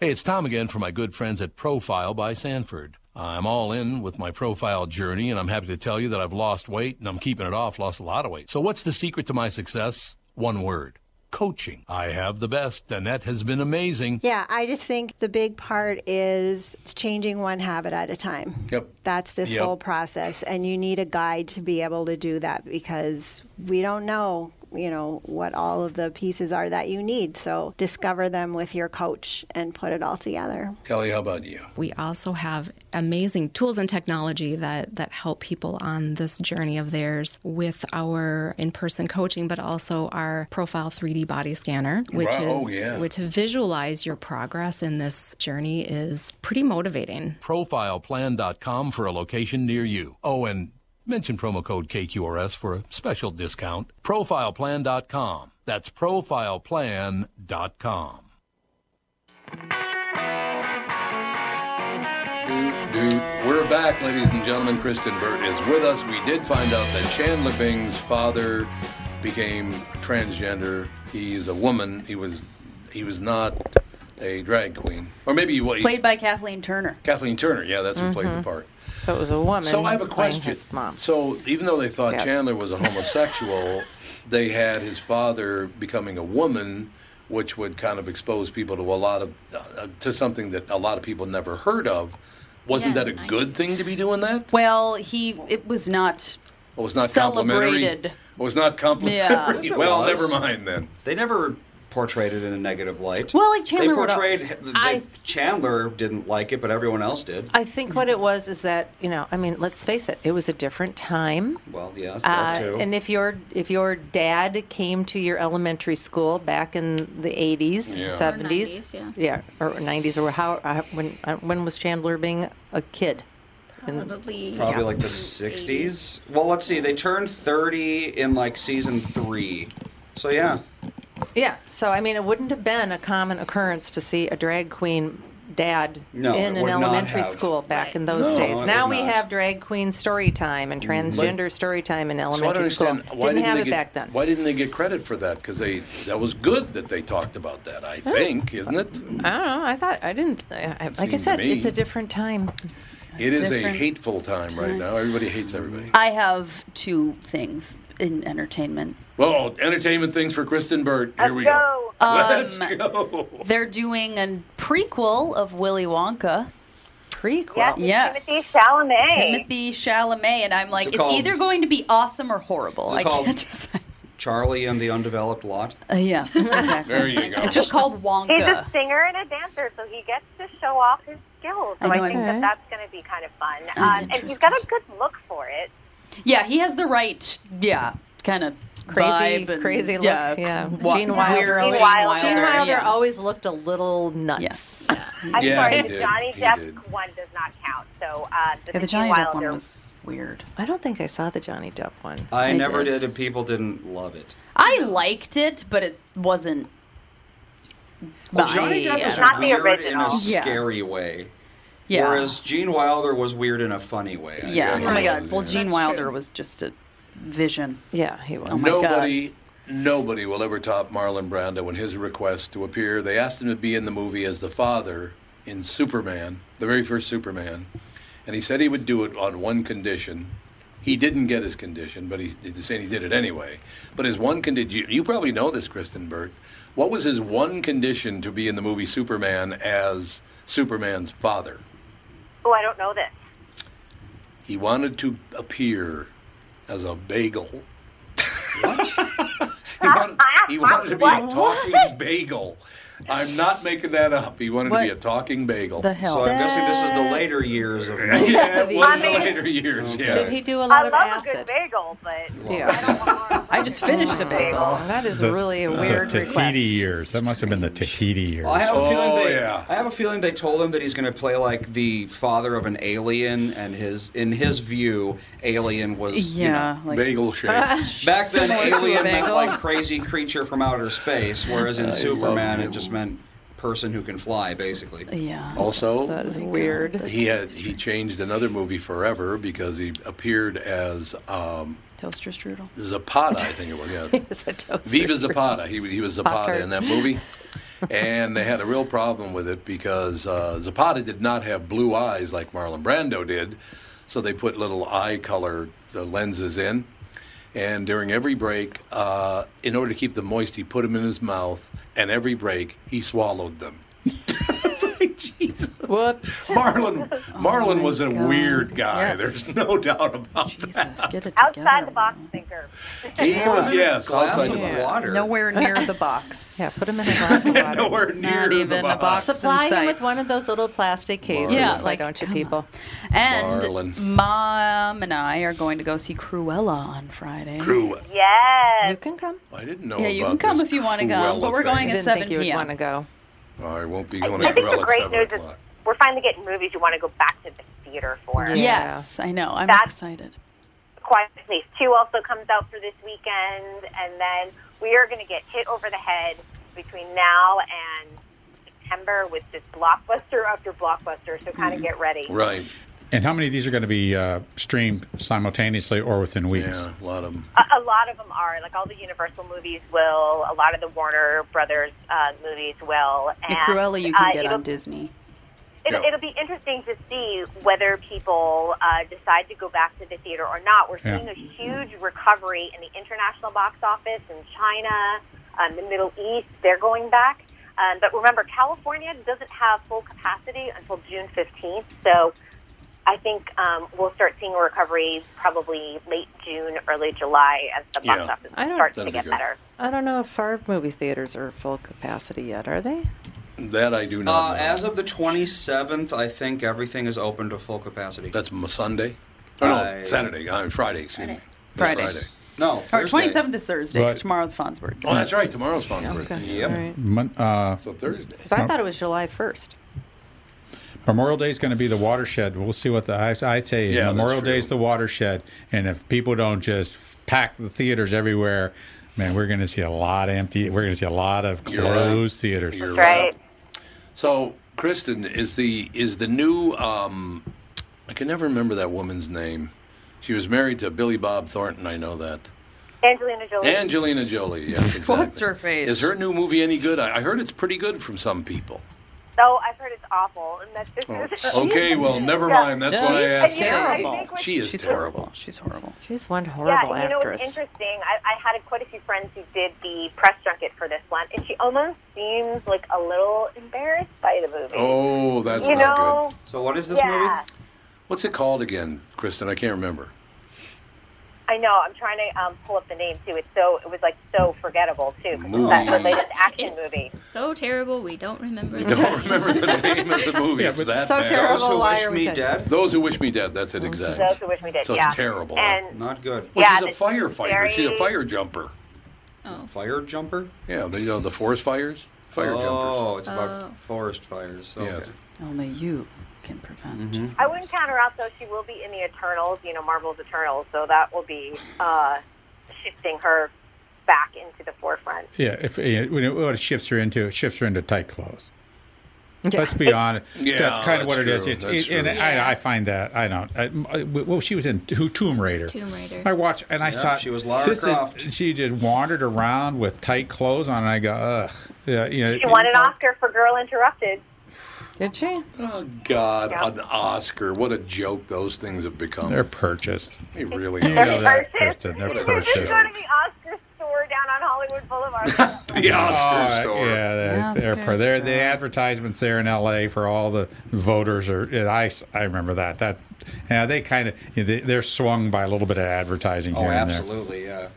A: Hey, it's Tom again for my good friends at Profile by Sanford. I'm all in with my profile journey, and I'm happy to tell you that I've lost weight and I'm keeping it off, lost a lot of weight. So, what's the secret to my success? One word coaching. I have the best. Danette has been amazing.
L: Yeah, I just think the big part is it's changing one habit at a time.
A: Yep.
L: That's this
A: Yep.
L: whole process, and you need a guide to be able to do that because we don't know, you know, what all of the pieces are that you need. So discover them with your coach and put it all together.
A: Kelly, how about you?
M: We also have amazing tools and technology that, that help people on this journey of theirs with our in person coaching, but also our profile 3D body scanner, which
A: Wow, oh,
M: is
A: yeah.
M: which to visualize your progress in this journey is pretty motivating.
A: Profileplan.com for a location near you. Oh, and mention promo code KQRS for a special discount. Profileplan.com. That's profileplan.com. Doot, doot. We're back, ladies and gentlemen. Kristen Burt is with us. We did find out that Chandler Bing's father became transgender. He is a woman. He was he was not a drag queen, or maybe he was.
C: Played by Kathleen Turner.
A: Kathleen Turner, yeah, that's who played the part.
D: So it was a Mm-hmm. woman.
A: So I have a
D: playing
A: question.
D: His mom.
A: So even though they thought
D: Yeah.
A: Chandler was a homosexual, they had his father becoming a woman, which would kind of expose people to a lot of uh, to something that a lot of people never heard of. Wasn't
J: Yeah,
A: that a
J: nice.
A: good thing to be doing that?
C: Well, he it was not.
A: Or was not complimentary?
C: Celebrated.
A: Or was not complimentary?
C: Yeah.
F: Yes, it
A: well,
F: was.
A: never mind then.
F: They never portrayed it in a negative light.
D: Well, like
F: they
D: Chandler wrote a-
F: portrayed they-
D: I-
F: Chandler didn't like it, but everyone else did.
D: I think what it was is that you know, I mean, let's face it, it was a different time.
F: Well, yes,
D: Uh,
F: that too.
D: and if your if your dad came to your elementary school back in the eighties,
F: Yeah. Or
D: seventies,
J: 90s, yeah.
D: or nineties, or how uh, when uh, when was Chandler being a kid? In-
J: Probably.
F: Probably
D: yeah.
F: like the 60s. Well, let's see. They turned 30 in like season three. So, yeah.
D: Yeah. So I mean, it wouldn't have been a common occurrence to see a drag queen dad
F: No, it
D: in an
F: would not
D: elementary
F: have.
D: school back in those
F: No,
D: days.
F: it
D: Now
F: would
D: we
F: not. Mm,
D: have drag queen story time and transgender story time in
A: So I don't
D: elementary school.
A: understand why
D: didn't,
A: didn't,
D: have
A: they
D: it
A: get,
D: back then.
A: Why didn't they get credit for that? Because they that was good that they talked about that. I think, isn't it?
D: I don't know. I thought I didn't. I, I- like I
A: Seems to
D: said,
A: me-
D: it's a different time.
A: It is a
D: Different
A: hateful time right now. Everybody hates everybody.
C: I have two things in entertainment.
A: Well, entertainment things for Kristen Burt. Here we go.
C: Um, oh
A: Let's go.
C: They're doing a prequel of Willy Wonka.
D: Prequel.
C: Yes.
I: Timothy Chalamet.
C: Timothy Chalamet, and I'm like,
F: it
C: it's
F: called-
C: either going to be awesome or horrible.
F: Is it
C: I
F: called-
C: can't just.
F: Charlie and the Undeveloped Lot.
C: Uh, yes, exactly.
F: There you go.
C: It's just called Wonka.
I: He's a singer and a dancer, so he gets to show off his skills.
C: I
I: So I,
C: know,
I: think
C: I'm-
I: that that's going to be kind of fun.
C: I'm
I: Um, and he's got a good look for it.
C: Yeah, he has the right, yeah, kind of
D: Crazy,
C: vibe and-
D: crazy look.
C: yeah,
D: Yeah, Gene
C: wa-
D: Wilder.
C: weird Gene
D: Gene
C: Wilder,
D: Wilder
C: yeah.
D: always looked a little nuts.
I: I'm
D: Yeah,
I: sorry,
D: he
I: the
D: did.
I: Johnny
D: He
I: Depp
D: did.
I: one does not count. So uh, the,
D: Yeah, the
I: Timothy
D: Johnny Depp one
I: Wilder
D: was-
C: Weird.
D: I don't think I saw the Johnny Depp one.
F: I, never did. and people didn't love it.
C: I liked it, but it wasn't.
F: Well,
C: my-
F: Johnny Depp is
C: Not the
F: weird in a
C: original. uh, Yeah.
F: scary way.
C: Yeah.
F: Whereas Gene Wilder was weird in a funny way. I
C: Yeah.
F: guess.
C: Oh my God. Well, Gene Wilder was just a vision.
D: Yeah, he was.
C: Oh my God.
A: nobody, nobody will ever top Marlon Brando in his request to appear. They asked him to be in the movie as the father in Superman, the very first Superman, and he said he would do it on one condition. He didn't get his condition, but he he's saying he did it anyway. But his one condition, you, you probably know this, Kristen Burt. What was his one condition to be in the movie Superman as Superman's father?
I: Oh, I don't know this.
A: He wanted to appear as a bagel. What? he wanted, he wanted to be a talking bagel. I'm not making that up. He wanted
F: What
A: to be a talking bagel.
F: the hell? So I'm guessing this is the later years of. yeah,
A: it was the later years. Yeah.
D: Did he do a
I: I
D: lot of
I: love a good
D: acid?
I: bagel, but
C: I just finished a bagel.
D: Oh, That is
B: The-
D: really a
B: the
D: weird
B: Tahiti
D: request.
B: years. That must have been the Tahiti years.
F: I have a feeling
A: Oh,
F: they. I have a feeling they told him that he's going to play like the father of an alien, and his in his view, alien was you
C: Yeah,
F: know,
C: like-
A: Bagel shape.
F: Back then,
C: Similar to a
F: alien meant
C: bagel.
F: like crazy creature from outer space, whereas in
A: I
F: Superman,
A: love
F: it just meant person who can fly, basically.
C: Yeah.
A: Also,
D: That is weird.
A: he had he changed another movie forever because he appered as um,
C: Toaster strudel.
A: Zapata, I think it was. Yeah. Viva Zapata. He, he was Zapata
C: Packer.
A: in that movie. and they had a real problem with it because uh, Zapata did not have blue eyes like Marlon Brando did. So they put little eye color uh, lenses in. And during every break, uh, in order to keep them moist, he put them in his mouth. And every break, he swallowed them. Jesus.
D: Whoops.
A: Marlon,
D: Oh
A: Marlon was a weird guy. There's no doubt about that.
I: outside the box thinker.
A: He was, yes,
F: Glass
A: outside
F: of
A: the box.
F: water.
C: Nowhere near the box.
D: yeah, put him in a glass of water.
A: Nowhere near
C: even
A: the
C: a
A: box.
C: box.
D: Supply
C: in
D: him
C: sight.
D: with one of those little plastic cases,
C: Yeah,
D: why
C: like,
D: don't you, people?
C: And
A: Marlon.
C: mom and I are going to go see Cruella on Friday.
A: Cruella.
I: Yes.
D: You can come.
A: I didn't know
C: Yeah,
A: about
C: you can come
A: this
C: if you want to go,
A: Cruella
C: but we're going
A: thing.
C: at
D: Didn't think
C: 7
D: you would
C: p.m.
D: wanna go.
A: I won't be going
I: I
A: to
I: think
A: Cruella
I: the
A: at
I: great
A: 7
I: news is
A: o'clock.
I: we're finally getting movies you want to go back to the theater for.
C: Yes, I know. I'm excited.
I: Quiet Place 2 also comes out for this weekend, and then we are going to get hit over the head between now and September with just blockbuster after blockbuster, so kind of get ready.
A: Right.
B: And how many of these are going to be uh, streamed simultaneously or within weeks?
A: Yeah, a lot of them.
I: A, a lot of them are. Like all the Universal movies will, a lot of the Warner Brothers uh, movies will.
C: The
I: And,
C: Cruella you can
I: uh,
C: get
I: it'll-
C: on Disney.
I: It'll,
A: Yeah.
I: it'll be interesting to see whether people uh, decide to go back to the theater or not. We're
A: Yeah.
I: seeing a huge recovery in the international box office in China, um, the Middle East. They're going back. Um, but remember, California doesn't have full capacity until June 15th. So I think um, we'll start seeing a recovery probably late June, early July as the box
D: Yeah.
I: office
D: I don't-
I: starts to
D: That'll be
I: get
D: good.
I: better.
D: I don't know if our movie theaters are full capacity yet, are they?
A: That I do not
F: Uh,
A: know.
F: as of the 27th, I think everything is open to full capacity.
A: That's m- Sunday? Or no,
F: I-
A: Saturday. Uh, Friday, excuse me.
C: Friday.
A: Friday.
F: No,
C: Or 27th is Thursday. 'cause
B: Right.
C: Tomorrow's Fawn's birthday.
A: Oh, that's right. Tomorrow's Fawn's
D: birthday.
A: Yep.
B: Mon- uh,
A: so Thursday.
D: Because I thought it was July 1st.
B: Memorial Day is going to be the watershed. We'll see what the I, I say.
A: Yeah, that's
B: Memorial Day is the watershed, and if people don't just pack the theaters everywhere, man, we're going to see a lot of empty. We're going to see a lot of
A: You're right.
B: closed theaters.
A: You're So, Kristen is the is the new. Um, I can never remember that woman's name. She was married to Billy Bob Thornton. I know that.
I: Angelina Jolie.
A: Angelina Jolie. Yes, exactly.
I: What's her face?
A: Is her new movie any good? I, I heard it's pretty good from some people.
I: Oh, I've heard it's awful. And that's just,
A: Oh, okay, well, never
I: Yeah.
A: mind. That's
I: Yeah.
A: why I
I: She's
A: asked.
I: terrible.
A: her. She is
I: She's
A: terrible.
C: She's horrible.
D: She's one
I: yeah,
D: horrible
I: you know what's
D: actress.
I: interesting? I, I had quite a few friends who did the press junket for this one, and she almost seems like a little embarrassed by the movie.
A: Oh, that's
I: You
A: not
I: know,
A: good.
F: So what is
I: this movie? yeah.
A: What's it called again, Kristen? I can't remember.
I: I know. I'm trying to um, pull up the name too. It's so it was like so forgettable too. 'cause
A: Movie.
I: It's that latest action
J: It's
I: movie.
J: So terrible, we don't remember.
A: I don't remember the name of the movie. it's that
J: So
A: bad.
J: terrible, Those Who why Wish are we Me
A: me
J: dead? dead?
A: Those who wish me dead. That's it exactly.
I: Those who wish we did.
A: So it's
I: yeah.
A: terrible.
I: And
F: Not good.
A: Well,
I: Yeah,
A: she's
I: that's
A: a firefighter. She's a
I: very-
A: fire jumper.
F: Fire jumper?
A: Yeah, the, you know the forest fires. Fire
F: oh,
A: jumpers.
F: it's about forest fires. Okay.
A: Yes. Mm-hmm.
C: Only you can prevent.
I: I wouldn't count her out though. She will be in the Eternals. You know, Marvel's Eternals. So that will be uh, shifting her back into the forefront.
B: Yeah, if you know, what it shifts her into, it shifts her into tight clothes. Let's be honest.
G: Yeah,
B: that's kind
G: that's
B: of what it is.
G: true.
B: It's,
G: That's
B: it- and
G: true.
B: I, I find that I don't. I, well, she was in who Tomb Raider.
J: Tomb Raider.
B: I watched and I
F: Yep,
B: saw
F: she was Lara
B: this is-
F: Croft.
B: she just wandered around with tight clothes on, and I go, ugh. Yeah, you know,
I: She won an Oscar for Girl Interrupted.
D: Did she?
A: Oh God, an Oscar! What a joke those things have become.
B: They're purchased.
A: They really
B: You
A: are.
B: know that, Kristen. They're
A: What a
I: You just
B: purchased.
I: go to the Oscar store down on Hollywood Boulevard.
A: the Oscar
B: Oh,
A: store.
B: Yeah, they're,
A: The
B: they're,
A: Oscar
B: they're- the advertisements there in L.A. for all the voters are. and I, I remember that. That yeah, they kind of they, they're swung by a little bit of advertising
A: Oh,
B: here and there.
F: Absolutely, yeah.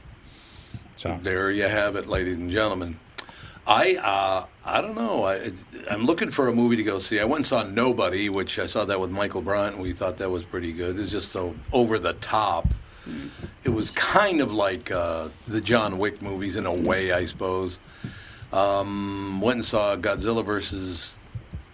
A: There you have it, ladies and gentlemen. I uh, I don't know. I I'm looking for a movie to go see. I went and saw Nobody, which I saw that with Michael Bryant, and we thought that was pretty good. It's just so over the top. It was kind of like uh, the John Wick movies in a way, I suppose. Um, went and saw Godzilla versus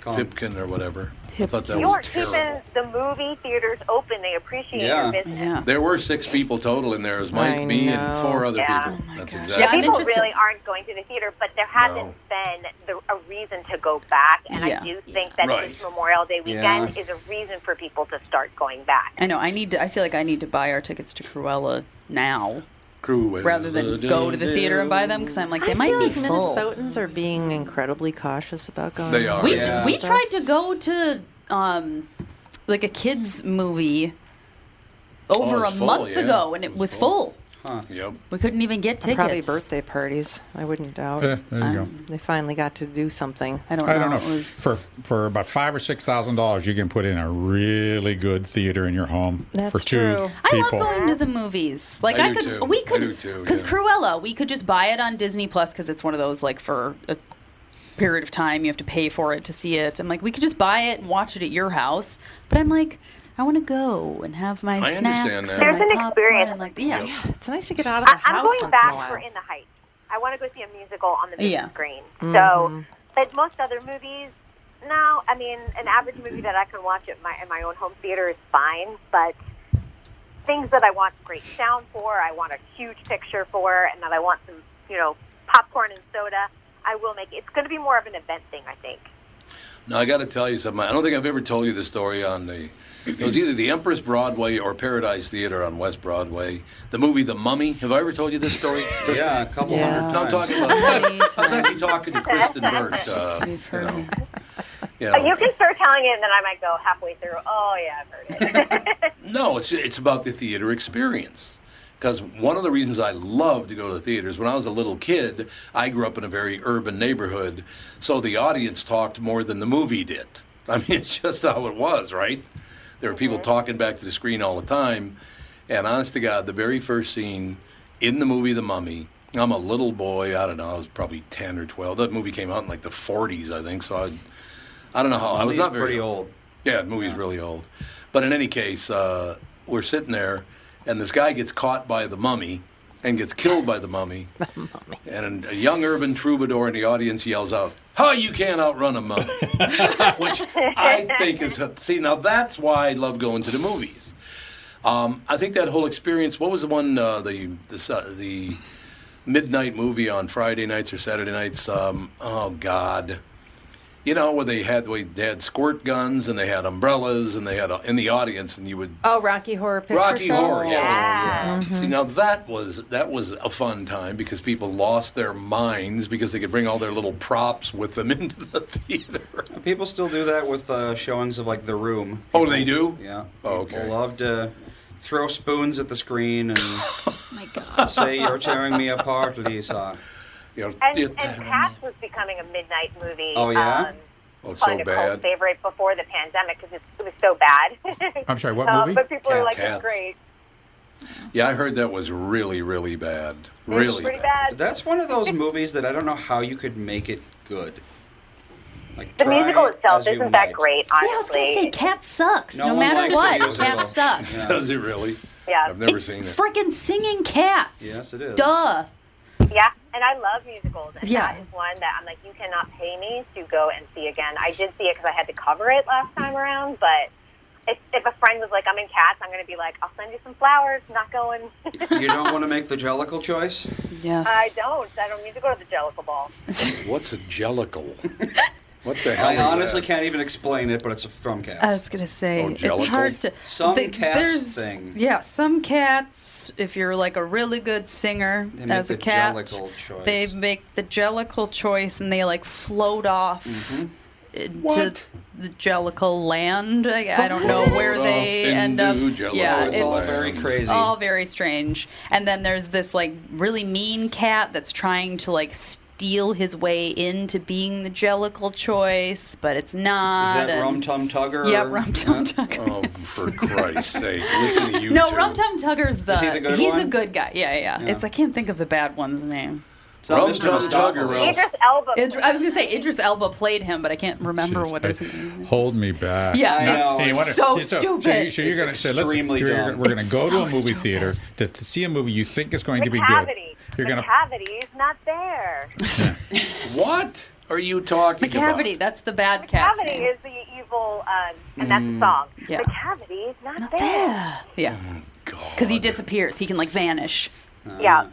A: Pipkin or whatever. I thought that
I: you
A: was
I: are
A: terrible.
I: keeping the movie theaters open. They appreciate your business.
A: There were six people total in there. It was Mike,
I: I
A: me, and
I: know. Oh
A: four other
I: Yeah.
A: people. That's exactly.
I: Yeah, people really aren't going to the theater, but there hasn't been the, a reason to go back, and
C: Yeah.
I: I do think that
A: Right.
I: this Memorial Day weekend
C: Yeah.
I: is a reason for people to start going back.
C: I know. I need to. I feel like I need to buy our tickets to Cruella now,
A: Cruella,
C: rather than go to the theater and buy them because I'm like they
D: I
C: might
D: feel
C: be
D: like
C: full.
D: Minnesotans are being incredibly cautious about going.
A: They are,
D: to
A: We-
D: movies and
C: We
D: stuff.
C: tried to go to um, like a kids movie over
D: Oh,
C: a
D: it's full,
C: month
D: yeah.
C: ago, and it was full.
F: Huh.
A: Yep.
C: We couldn't even get tickets.
D: Probably birthday parties. I wouldn't doubt.
B: Yeah, there you Um,
D: They finally got to do something.
C: I
B: I don't know. For for about five or six thousand dollars, you can put in a really good theater in your home
C: That's
B: for two
C: true. I love
B: people.
C: going to the movies. Like
B: I
C: I,
B: do
C: could,
B: too.
C: we
B: I do
C: could,
B: too,
C: because
B: yeah.
C: Cruella, we could just buy it on Disney Plus because it's one of those like for a period of time you have to pay for it to see it. I'm like, we could just buy it and watch it at your house. But I'm like, I want to go and have my
A: I
C: snacks.
A: understand that.
C: and
A: There's
C: my
A: an
C: popcorn
I: experience.
C: and, like, yeah.
D: it's nice to get out
I: I, I'm going back for In the Heights. I want to go see a musical on the big
C: Yeah.
I: screen. So,
C: Mhm.
I: but most other movies, no. I mean, an average movie that I can watch at my in my own home theater is fine. But things that I want great sound for, I want a huge picture for, and that I want some, you know, popcorn and soda. I will make. It's going to be more of an event thing, I think.
A: Now I got to tell you something. I don't think I've ever told you the story on the. It was either the Empress Broadway or Paradise Theater on West Broadway. The movie The Mummy. Have I ever told you this story?
F: Yeah, a couple hundred
A: No, I'm
F: times.
A: talking about. I was actually talking to Kristen Burt. Uh, you know.
I: Uh,
A: Yeah.
I: You can start telling it, and then I might go halfway through. Oh yeah, I've heard it.
A: No, it's it's about the theater experience. Because one of the reasons I love to go to the theaters, when I was a little kid, I grew up in a very urban neighborhood, so the audience talked more than the movie did. I mean, it's just how it was, right? There are people talking back to the screen all the time. And honest to God, the very first scene in the movie The Mummy, I'm a little boy. I don't know. I was probably 10 or 12. That movie came out in like the 40s, I think. So I, I don't know how. I was
F: Mummy's
A: not very
F: pretty
A: old. Yeah, the movie's really old. But in any case, uh, we're sitting there, and this guy gets caught by the mummy and gets killed by the mummy. And a young urban troubadour in the audience yells out, How you can't outrun a mummy? Which I think is. See, now that's why I love going to the movies. Um, I think that whole experience. What was the one? Uh, the the, uh, the midnight movie on Friday nights or Saturday nights. Um, oh God, you know where they had where they had squirt guns and they had umbrellas and they had uh, in the audience and you would
D: Oh, Rocky Horror Picture
A: Rocky
D: Show.
A: Horror. Yeah.
J: Mm-hmm.
A: See now that was that was a fun time because people lost their minds because they could bring all their little props with them into the theater.
F: People still do that with uh, showings of like The Room.
A: Oh, they do?
F: Yeah.
A: Oh, okay.
F: People love to throw spoons at the screen and say you're tearing me apart, Lisa.
A: You're,
I: And, and Cats was becoming a midnight movie.
F: Oh, yeah?
I: Um,
A: Oh, it's
I: probably
B: so
I: the cult
B: bad.
I: favorite before the pandemic because it was so bad.
A: I'm sorry, what
I: Uh,
A: movie?
I: but people are like,
A: Cats.
I: it's great.
A: Yeah, I heard that was really really bad. Really.
I: pretty bad.
F: That's one of those movies that I don't know how you could make it good. Like
I: The
F: try
I: musical itself
F: as you
I: isn't that
F: might.
I: great,
J: Yeah,
I: honestly.
J: I was gonna say cat sucks.
F: No
J: No,
F: one
J: matter
F: likes
J: what,
F: the musical.
J: cat sucks.
A: Does it really?
I: Yeah.
A: I've never seen it.
J: Freaking singing cats.
A: Yes, it is.
J: Duh.
I: Yeah, and I love musicals. And
J: Yeah.
I: that is one that I'm like, you cannot pay me to go and see again. I did see it because I had to cover it last time around, but. If, if a friend was like, I'm in cats, I'm going to be like, I'll send you some flowers. Not going.
F: You don't want to make the Jellicle choice?
I: I don't. I don't need to go to the Jellicle Ball.
A: What's a jellicle? What the hell?
F: I
A: is
F: honestly
A: that?
F: can't even explain it, but it's from cats.
C: I was gonna say
F: Oh,
C: it's
F: Jellicle?
C: hard to
F: Some
C: the-
F: cats
C: there's-
F: thing.
C: Yeah, some cats. If you're like a really good singer
F: They make
C: as a
F: the
C: cat,
F: Jellicle choice.
C: they make the jellicle choice and they like float off
D: Mm-hmm.
C: into
F: What?
C: the jellicle land. I, I
F: But
C: don't know
F: what?
C: where they
F: Off
C: end up.
F: into Jellicle
C: Yeah,
F: land. It's all very crazy.
C: All very strange. And then there's this like really mean cat that's trying to like. Steal his way into being the Jellicle choice, but it's
F: Is
C: not.
F: that
C: and-
F: Rum Tum Tugger?
C: Yeah,
F: or-
C: Rum Tum Tugger.
A: Oh, for Christ's sake! Listen to you.
C: no,
A: two.
C: Rum Tum Tugger's the.
A: Is he the good
C: he's a
A: one?
C: good guy. Yeah, yeah,
A: Yeah.
C: It's I can't think of the bad one's name.
F: It's not
A: Rum
F: Mr.
A: Tum
F: Mustafa.
A: Tugger,
C: Idris
I: Elba.
C: I was gonna say Idris Elba played him, but I can't remember what his name.
B: Hold me back.
C: Yeah,
B: Not-
C: I know,
B: Hey,
C: it's
B: what a-
C: so
B: So, you-
C: stupid.
B: so you're
C: It's
B: going to say, let's, you're,
F: extremely
B: you're-
F: dumb.
B: we're going
F: It's
B: to go
F: so
B: to a movie theater to, to see a movie you think is going to be
I: cavity.
B: good. You're going
I: the
B: to
I: cavity is not there.
A: What are you talking about?
C: McCavity. That's the bad cat.
I: Cavity is the evil, um, and that's the
A: Mm.
I: song.
C: Yeah.
I: The cavity is not, there.
C: Yeah.
A: Oh,
C: Because he disappears. He can like vanish.
I: Yeah.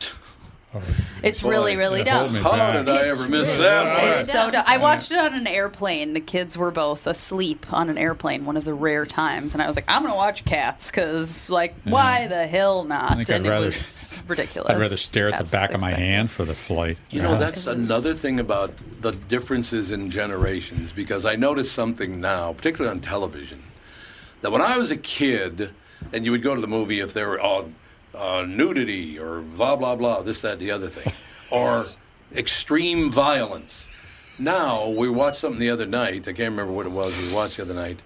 A: Oh,
C: It's
A: Boy,
C: really, really
A: Uh, hold
C: dumb.
A: me How back. did I ever miss
C: really
A: that
C: dumb.
A: one?
C: It's so dumb. I watched it on an airplane. The kids were both asleep on an airplane, one of the rare times, and I was like, "I'm gonna watch Cats," because like, why the hell not?
B: think I'd
C: and
B: rather-
C: it was ridiculous.
B: I'd rather stare at the
C: That's
B: back of my hand for the flight.
A: You know, that's another thing about the differences in generations because I notice something now, particularly on television, that when I was a kid and you would go to the movie if there were uh, uh, nudity or blah, blah, blah, this, that, the other thing, or extreme violence. Now, we watched something the other night, I can't remember what it was we watched the other night,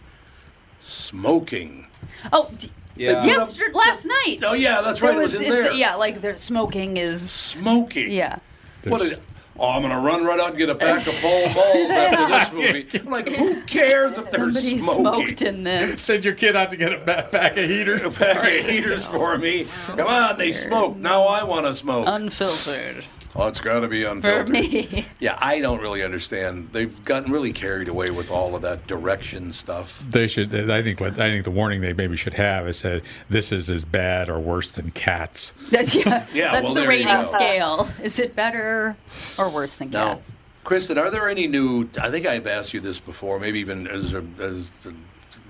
A: smoking.
C: Oh, d-
A: Yeah.
C: yesterday, last night.
A: Oh, yeah, that's right, it
C: There
A: was in
C: it's-
A: there.
C: Yeah, like their smoking is
A: smoking.
C: Yeah.
A: What is Oh, I'm going to run right out and get a pack of ball balls after this movie. I'm like, who cares if they're
C: Somebody
A: smoking?
C: smoked in this.
B: Send your kid out to get a ba- pack of heaters. A
A: pack of heaters for me. Come on, they smoke. Now I want to smoke.
C: Unfiltered.
A: Oh, it's got to be
C: For
A: unfiltered.
C: me.
A: Yeah, I don't really understand. They've gotten really carried away with all of that direction stuff.
B: They should. I think. What I think the warning they maybe should have is that this is as bad or worse than cats.
C: That's, yeah,
A: Yeah,
C: that's
A: well,
C: the
A: there you
C: rating
A: go.
C: scale. Is it better or worse than
A: Now,
C: cats?
A: Kristen, are there any new? I think I've asked you this before, maybe even as, as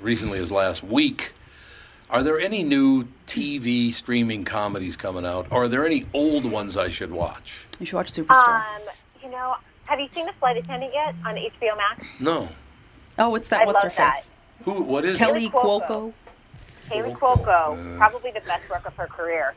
A: recently as last week. Are there any new TV streaming comedies coming out? Are there any old ones I should watch?
C: You should watch Superstore.
I: Um, you know, have you seen The Flight Attendant yet on HBO Max?
A: No.
C: oh, it's that.
I: I
C: what's
I: love
C: her face?
A: Who? What is
C: Kelly
A: it?
C: Cuoco.
I: Haley Cuoco, probably the best work of her career.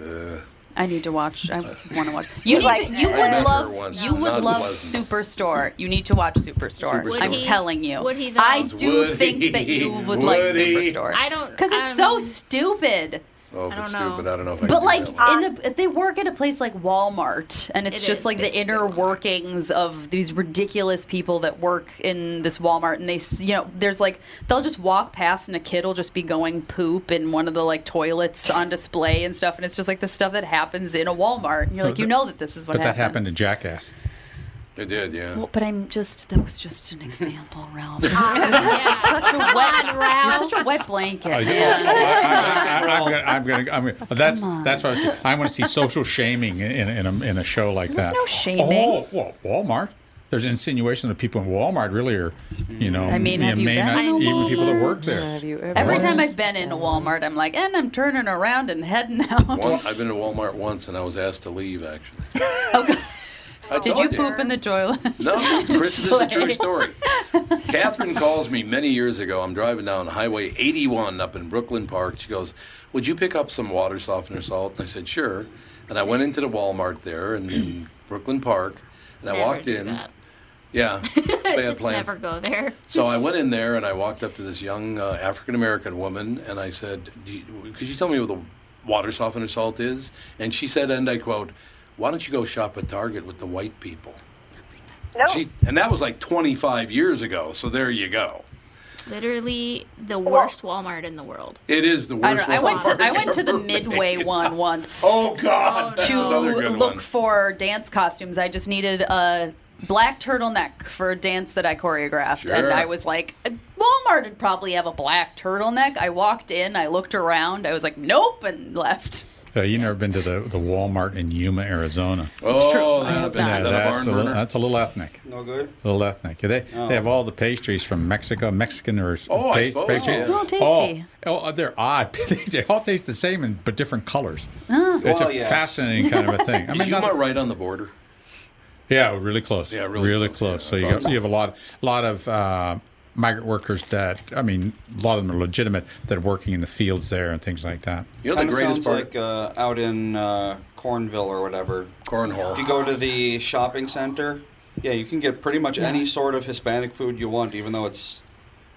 A: Uh,
C: I need to watch.
D: Um,
C: I want to watch. You need.
I: Like-
C: to, you
I: I
C: would
I: met her
C: love.
I: once.
C: You would
I: Not
C: love
I: pleasant.
C: Superstore. You need to watch Superstore.
J: Would
C: I'm
J: he-
C: telling you.
J: would he though?
C: I do
J: Would
C: think that you
A: he?
C: would, like
A: Would he?
C: Superstore.
J: I don't-
C: because it's so stupid.
A: Oh, if
C: I
A: it's
C: don't know.
A: stupid, I don't know if I
C: But
A: can
C: like
A: do that
C: in the, they work at a place like Walmart, and it's
J: It
C: just
J: is,
C: like the inner workings of these ridiculous people that work in this Walmart, and they, s- you know, there's like they'll just walk past, and a kid will just be going poop in one of the like toilets on display and stuff, and it's just like the stuff that happens in a Walmart, and you're
B: No,
C: like, you
B: that-
C: know that this is what
B: but that happened to Jackass.
A: It did, yeah.
C: Well, but I'm just that was just an example, Ralph. You're
J: Ah,
C: such a wet, You're such a wet blanket.
B: Oh,
C: man.
B: yeah. I, am going to. I'm gonna, that's that's what I was. I want to see social shaming in in a, in a show like
C: There's
B: that.
C: no shaming.
B: Oh, well, Walmart. There's insinuation that people in Walmart really are, you know,
C: Mm-hmm. I mean,
B: you
C: have you
B: may
C: been
B: not
C: in a
B: even people that
C: Walmart?
B: work there.
C: Every time I've been in a Walmart, I'm like, and I'm turning around and heading out.
A: One, I've been to Walmart once and I was asked to leave, actually. I
C: Did
A: told
C: you poop in the toilet?
A: No, Chris, this is a true
C: Slay.
A: story. Catherine calls me many years ago. I'm driving down Highway 81 up in Brooklyn Park. She goes, Would you pick up some water softener salt? And I said, Sure. And I went into the Walmart there in, in Brooklyn Park and I
J: Never
A: walked
J: do
A: in.
J: that.
A: Yeah, bad
J: Just
A: plan.
J: never go there.
A: So I went in there and I walked up to this young uh, African American woman and I said, Do you, Could you tell me what the water softener salt is? And she said, and I quote, Why don't you go shop at Target with the white people?
I: No.
A: She, and that was like 25 years ago. So there you go.
J: Literally the worst Walmart in the world.
A: It is the worst.
C: I, don't know, I went to I went to the
A: Walmart ever
C: Midway
A: made.
C: one once.
A: Oh God, that's
C: to
A: another good
C: look
A: one.
C: for dance costumes. I just needed a black turtleneck for a dance that I choreographed, and
A: Sure.
C: I was like, "Uh, Walmart would probably have a black turtleneck. I walked in, I looked around, I was like, nope, and left.
B: Uh, you never been to the, the Walmart in Yuma, Arizona?
A: Oh, true. that- I have not.
B: Yeah,
A: is that a
B: that's,
A: barn
B: a little,
A: burner?
B: that's a little ethnic.
F: No good.
B: A little ethnic. They
F: Oh.
B: they have all the pastries from Mexico, Mexican or s-
F: Oh, I
B: pas-
F: suppose.
B: pastries.
F: Oh,
C: tasty.
B: Oh, oh, they're odd. they all taste the same, and, but different colors.
C: Ah.
B: It's a fascinating kind of a thing. I
A: Is
B: mean,
A: Yuma
B: not-
A: right on the border?
B: yeah, really close. Yeah, really, close. So you,
A: thought
B: got, you have a lot, lot of uh, migrant workers that I mean, a lot of them are legitimate that are working in the fields there and things like that.
A: You know the
F: Kinda
A: greatest
F: sounds
A: part-
F: like uh, out in uh, Cornville or whatever.
A: Cornhole.
F: If you go to the shopping center, yeah, you can get pretty much any sort of Hispanic food you want, even though it's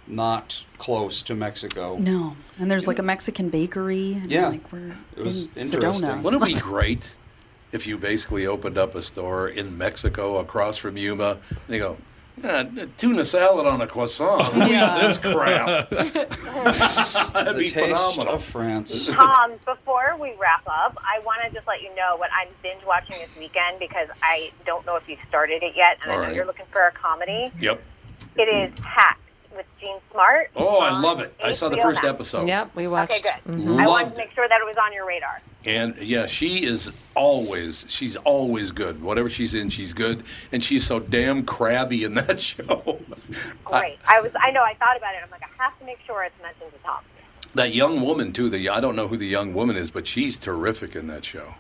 F: not close to Mexico.
C: No, and there's like a Mexican bakery. And
F: Yeah.
C: like we're
F: It was
C: in Sedona.
A: Wouldn't it be great if you basically opened up a store in Mexico across from Yuma and they go, yeah, tuna salad on a croissant. Who eats this crap? That'd
F: The
A: be
F: taste
A: phenomenal.
F: of France.
I: Um, before we wrap up, I want to just let you know what I'm binge watching this weekend because I don't know if you started it yet, and
A: All
I: I know
A: right.
I: you're looking for a comedy.
A: Yep.
I: It is Hacks with Gene Smart.
A: Oh, I
I: on
A: love it. I saw the
I: HBO
A: first
I: Max.
A: episode.
D: Yep, we watched. Mm-hmm.
I: Okay, good.
A: Mhm.
I: I
A: Loved
I: wanted to make sure that it was on your radar.
A: And yeah, she is always she's always good. Whatever she's in, she's good. And she's so damn crabby in that show.
I: Great. I, was. I know. I thought about it. I'm like, I have to make sure it's mentioned to Tom.
A: That young woman too. The I don't know who the young woman is, but she's terrific in that show.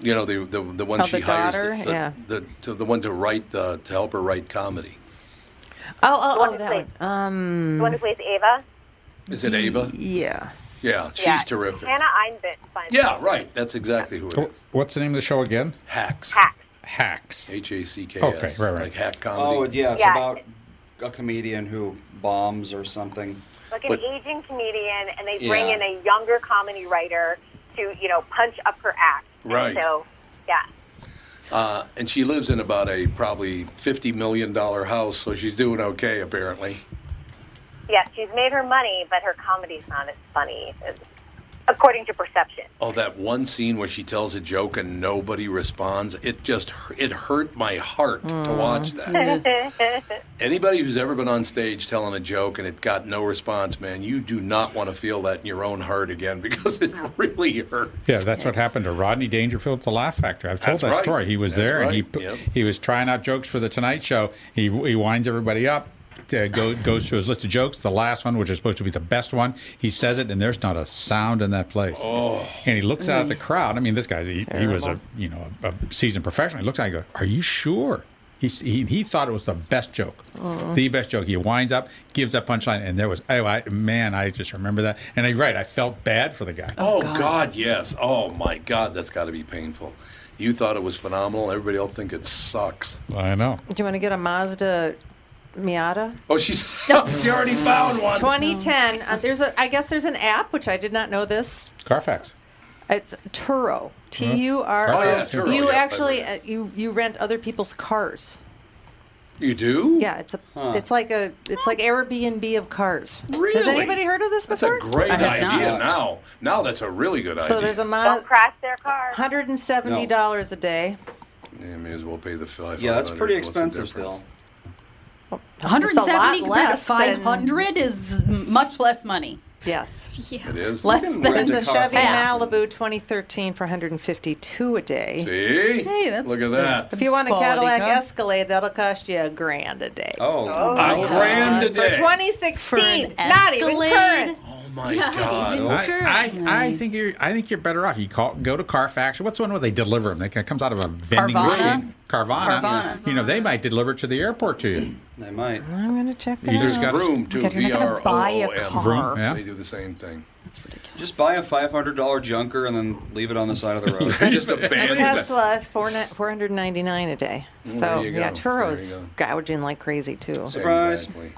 A: You know the the, the one
D: Oh,
A: she
D: the
A: hires,
D: daughter?
A: the,
D: Yeah.
A: the, to the one to write the, to help her write comedy.
D: Oh,
I: oh, oh, that one.
D: Um,
I: The one who plays Ava.
A: Is it Ava?
D: Yeah.
A: Yeah, she's
I: Yeah,
A: terrific.
I: Hannah Einbit. finds
A: Yeah,
I: it.
A: right. That's exactly who it is.
B: What's the name of the show again?
A: Hacks.
I: Hacks.
B: Hacks.
A: H a c k s.
B: Okay, right, right.
A: Like hack
F: Oh,
A: comedy.
F: yeah, it's
I: Yeah.
F: about a comedian who bombs or something.
I: like an
F: But-
I: aging comedian, and they bring
F: Yeah.
I: in a younger comedy writer to you know punch up her act. And
A: Right.
I: So yeah,
A: Uh, and she lives in about a probably fifty million dollar house, so she's doing okay apparently.
I: yeah, she's made her money, but her comedy's not as funny, as, according to perception.
A: Oh, that one scene where she tells a joke and nobody responds. It just it hurt my heart to
D: Mm.
A: watch that.
D: Mm-hmm.
A: Anybody who's ever been on stage telling a joke and it got no response, man, you do not want to feel that in your own heart again because it really hurt.
B: Yeah, that's what happened to Rodney Dangerfield at the Laugh Factory. I've told
A: That's
B: that
A: right.
B: story. He was
A: That's
B: there and he
A: right.
B: pu-
A: Yep.
B: he was trying out jokes for the Tonight Show. He he winds everybody up. uh, go, goes through his list of jokes. The last one, which is supposed to be the best one, he says it, and there's not a sound in that place. Oh. And he looks out at the crowd. I mean, this guy, he, he was a
D: Terrible.
B: you know a, a seasoned professional. He looks at it and goes, "Are you sure?" He, s- he, he thought it was the best joke,
H: Oh.
B: the best joke. He winds up, gives that punchline, and there was oh I, man, I just remember that. And I, right, I felt bad for the guy.
A: Oh, God. yes. Oh my God, that's got to be painful. You thought it was phenomenal. Everybody else think it sucks.
B: I know.
D: Do you want to get a Mazda Miata?
A: Oh, she's she already found one.
D: 2010. Uh, there's a. I guess there's an app which I did not know this.
B: Carfax.
D: It's Turo. T U R
A: Oh, yeah,
D: O.
A: Turo,
D: You
A: yeah,
D: actually uh, you you rent other people's cars.
A: You do?
D: Yeah, it's a
A: Huh.
D: it's like a it's like Airbnb of cars. Has
A: Really?
D: anybody heard of this
A: That's
D: before?
A: a great idea now. Now that's a really good
D: So
A: idea.
D: there's a Mazda. Don't
I: crash their car.
D: Hundred and seventy dollars a day.
A: yeah, may as well pay the five.
F: Yeah, that's pretty expensive
A: still.
C: 170 compared to
D: less than-
C: 500 is m- much less money.
D: Yes.
C: Yeah.
A: It is.
C: Less
A: You can
C: than-
A: rent
D: There's
A: a
D: a
A: car
D: Chevy
A: for
D: Malibu 2013 for 152 a day.
A: See? Hey, that's Look at that.
D: If you want a
A: Quality
D: Cadillac
A: car.
D: Escalade, that'll cost you a grand a day.
A: Oh, a grand a
D: For
A: day.
C: For
D: 2016,
C: an
D: not even
C: Escalade?
D: current.
A: Oh
B: my
A: God. even
B: I,
A: current.
B: I, I think you're. I think you're better off. You call, go to Carfax. What's the one where they deliver them? They, it comes out of a vending
D: Carvana?
B: machine. Carvana.
D: Carvana.
B: You know, they might deliver it to the airport to you.
F: They might.
D: I'm gonna check that
B: You just
D: out.
B: got
A: Vroom too.
D: Okay,
A: V
D: you're not gonna
A: R
D: buy
A: O
D: a
A: O M.
D: car. Vroom, yeah.
A: They do the same thing.
F: Just buy a five hundred dollar junker and then leave it on the side of the road.
A: Just
D: A
A: abandon it.
D: Tesla, four ni- 499 a day.
A: Mm,
D: So,
A: there you go.
D: yeah, Turo's
A: There you
D: gouging like crazy, too.
A: Surprise. Exactly.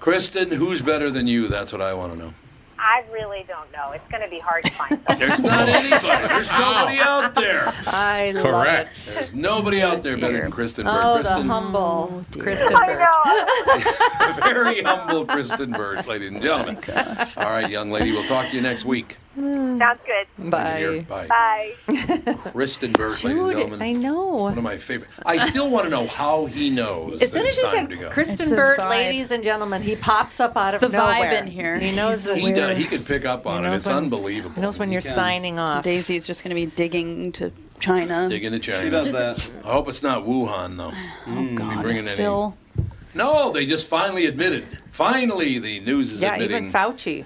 A: Kristen, who's better than you? That's what I want to know.
I: I really don't know. It's going to be hard to find.
A: There's not anybody. There's nobody out there.
D: I love it.
A: Oh. Correct. There's nobody out there better than Kristen. Bird.
D: Oh, the
A: Kristen,
D: humble Kristen
I: I
D: Bird.
A: very humble Kristen Bird, ladies and gentlemen.
D: Oh,
A: All right, young lady, we'll talk to you next week.
D: Mm.
I: Sounds good.
A: Bye. Bye.
I: Bye.
A: Kristen Bird, ladies and gentlemen.
D: I know.
A: One of my favorite. I still want to know how he knows.
D: As soon
A: that
D: as
A: it's
D: you
A: time to go.
D: said Kristen Bird, ladies and gentlemen, he pops up out of
C: the vibe
D: nowhere.
C: in here.
D: He knows
A: he, does, he could pick up on it. It's unbelievable.
D: knows when you're
A: can.
D: signing off.
C: Daisy's just going to be digging to China.
A: Dig into China.
C: She does that.
A: I hope it's not Wuhan though. Oh
C: God,
A: Be bringing
C: still.
A: Any... No, they just finally admitted. Finally, the news is
D: Yeah,
A: admitting.
D: even Fauci.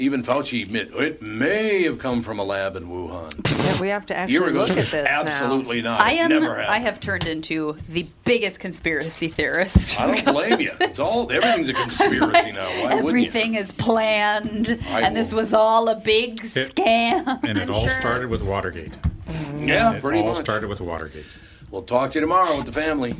A: even Fauci admit it may have come from a lab in Wuhan.
D: Yeah, we have to
A: You were
D: actually
A: going
D: look at this
A: absolutely not.
C: I
A: It
C: am.
A: Never
C: I
A: happened.
C: have turned into the biggest conspiracy theorist.
A: I, don't blame you. It's all everything's a conspiracy now. Why wouldn't you?
C: Everything is planned,
A: I
C: and this was all a big scam.
B: And it
C: I'm
B: all
C: sure.
B: started with Watergate.
A: Yeah,
B: it
A: pretty
B: all
A: much.
B: started with Watergate.
A: We'll talk to you tomorrow with the family.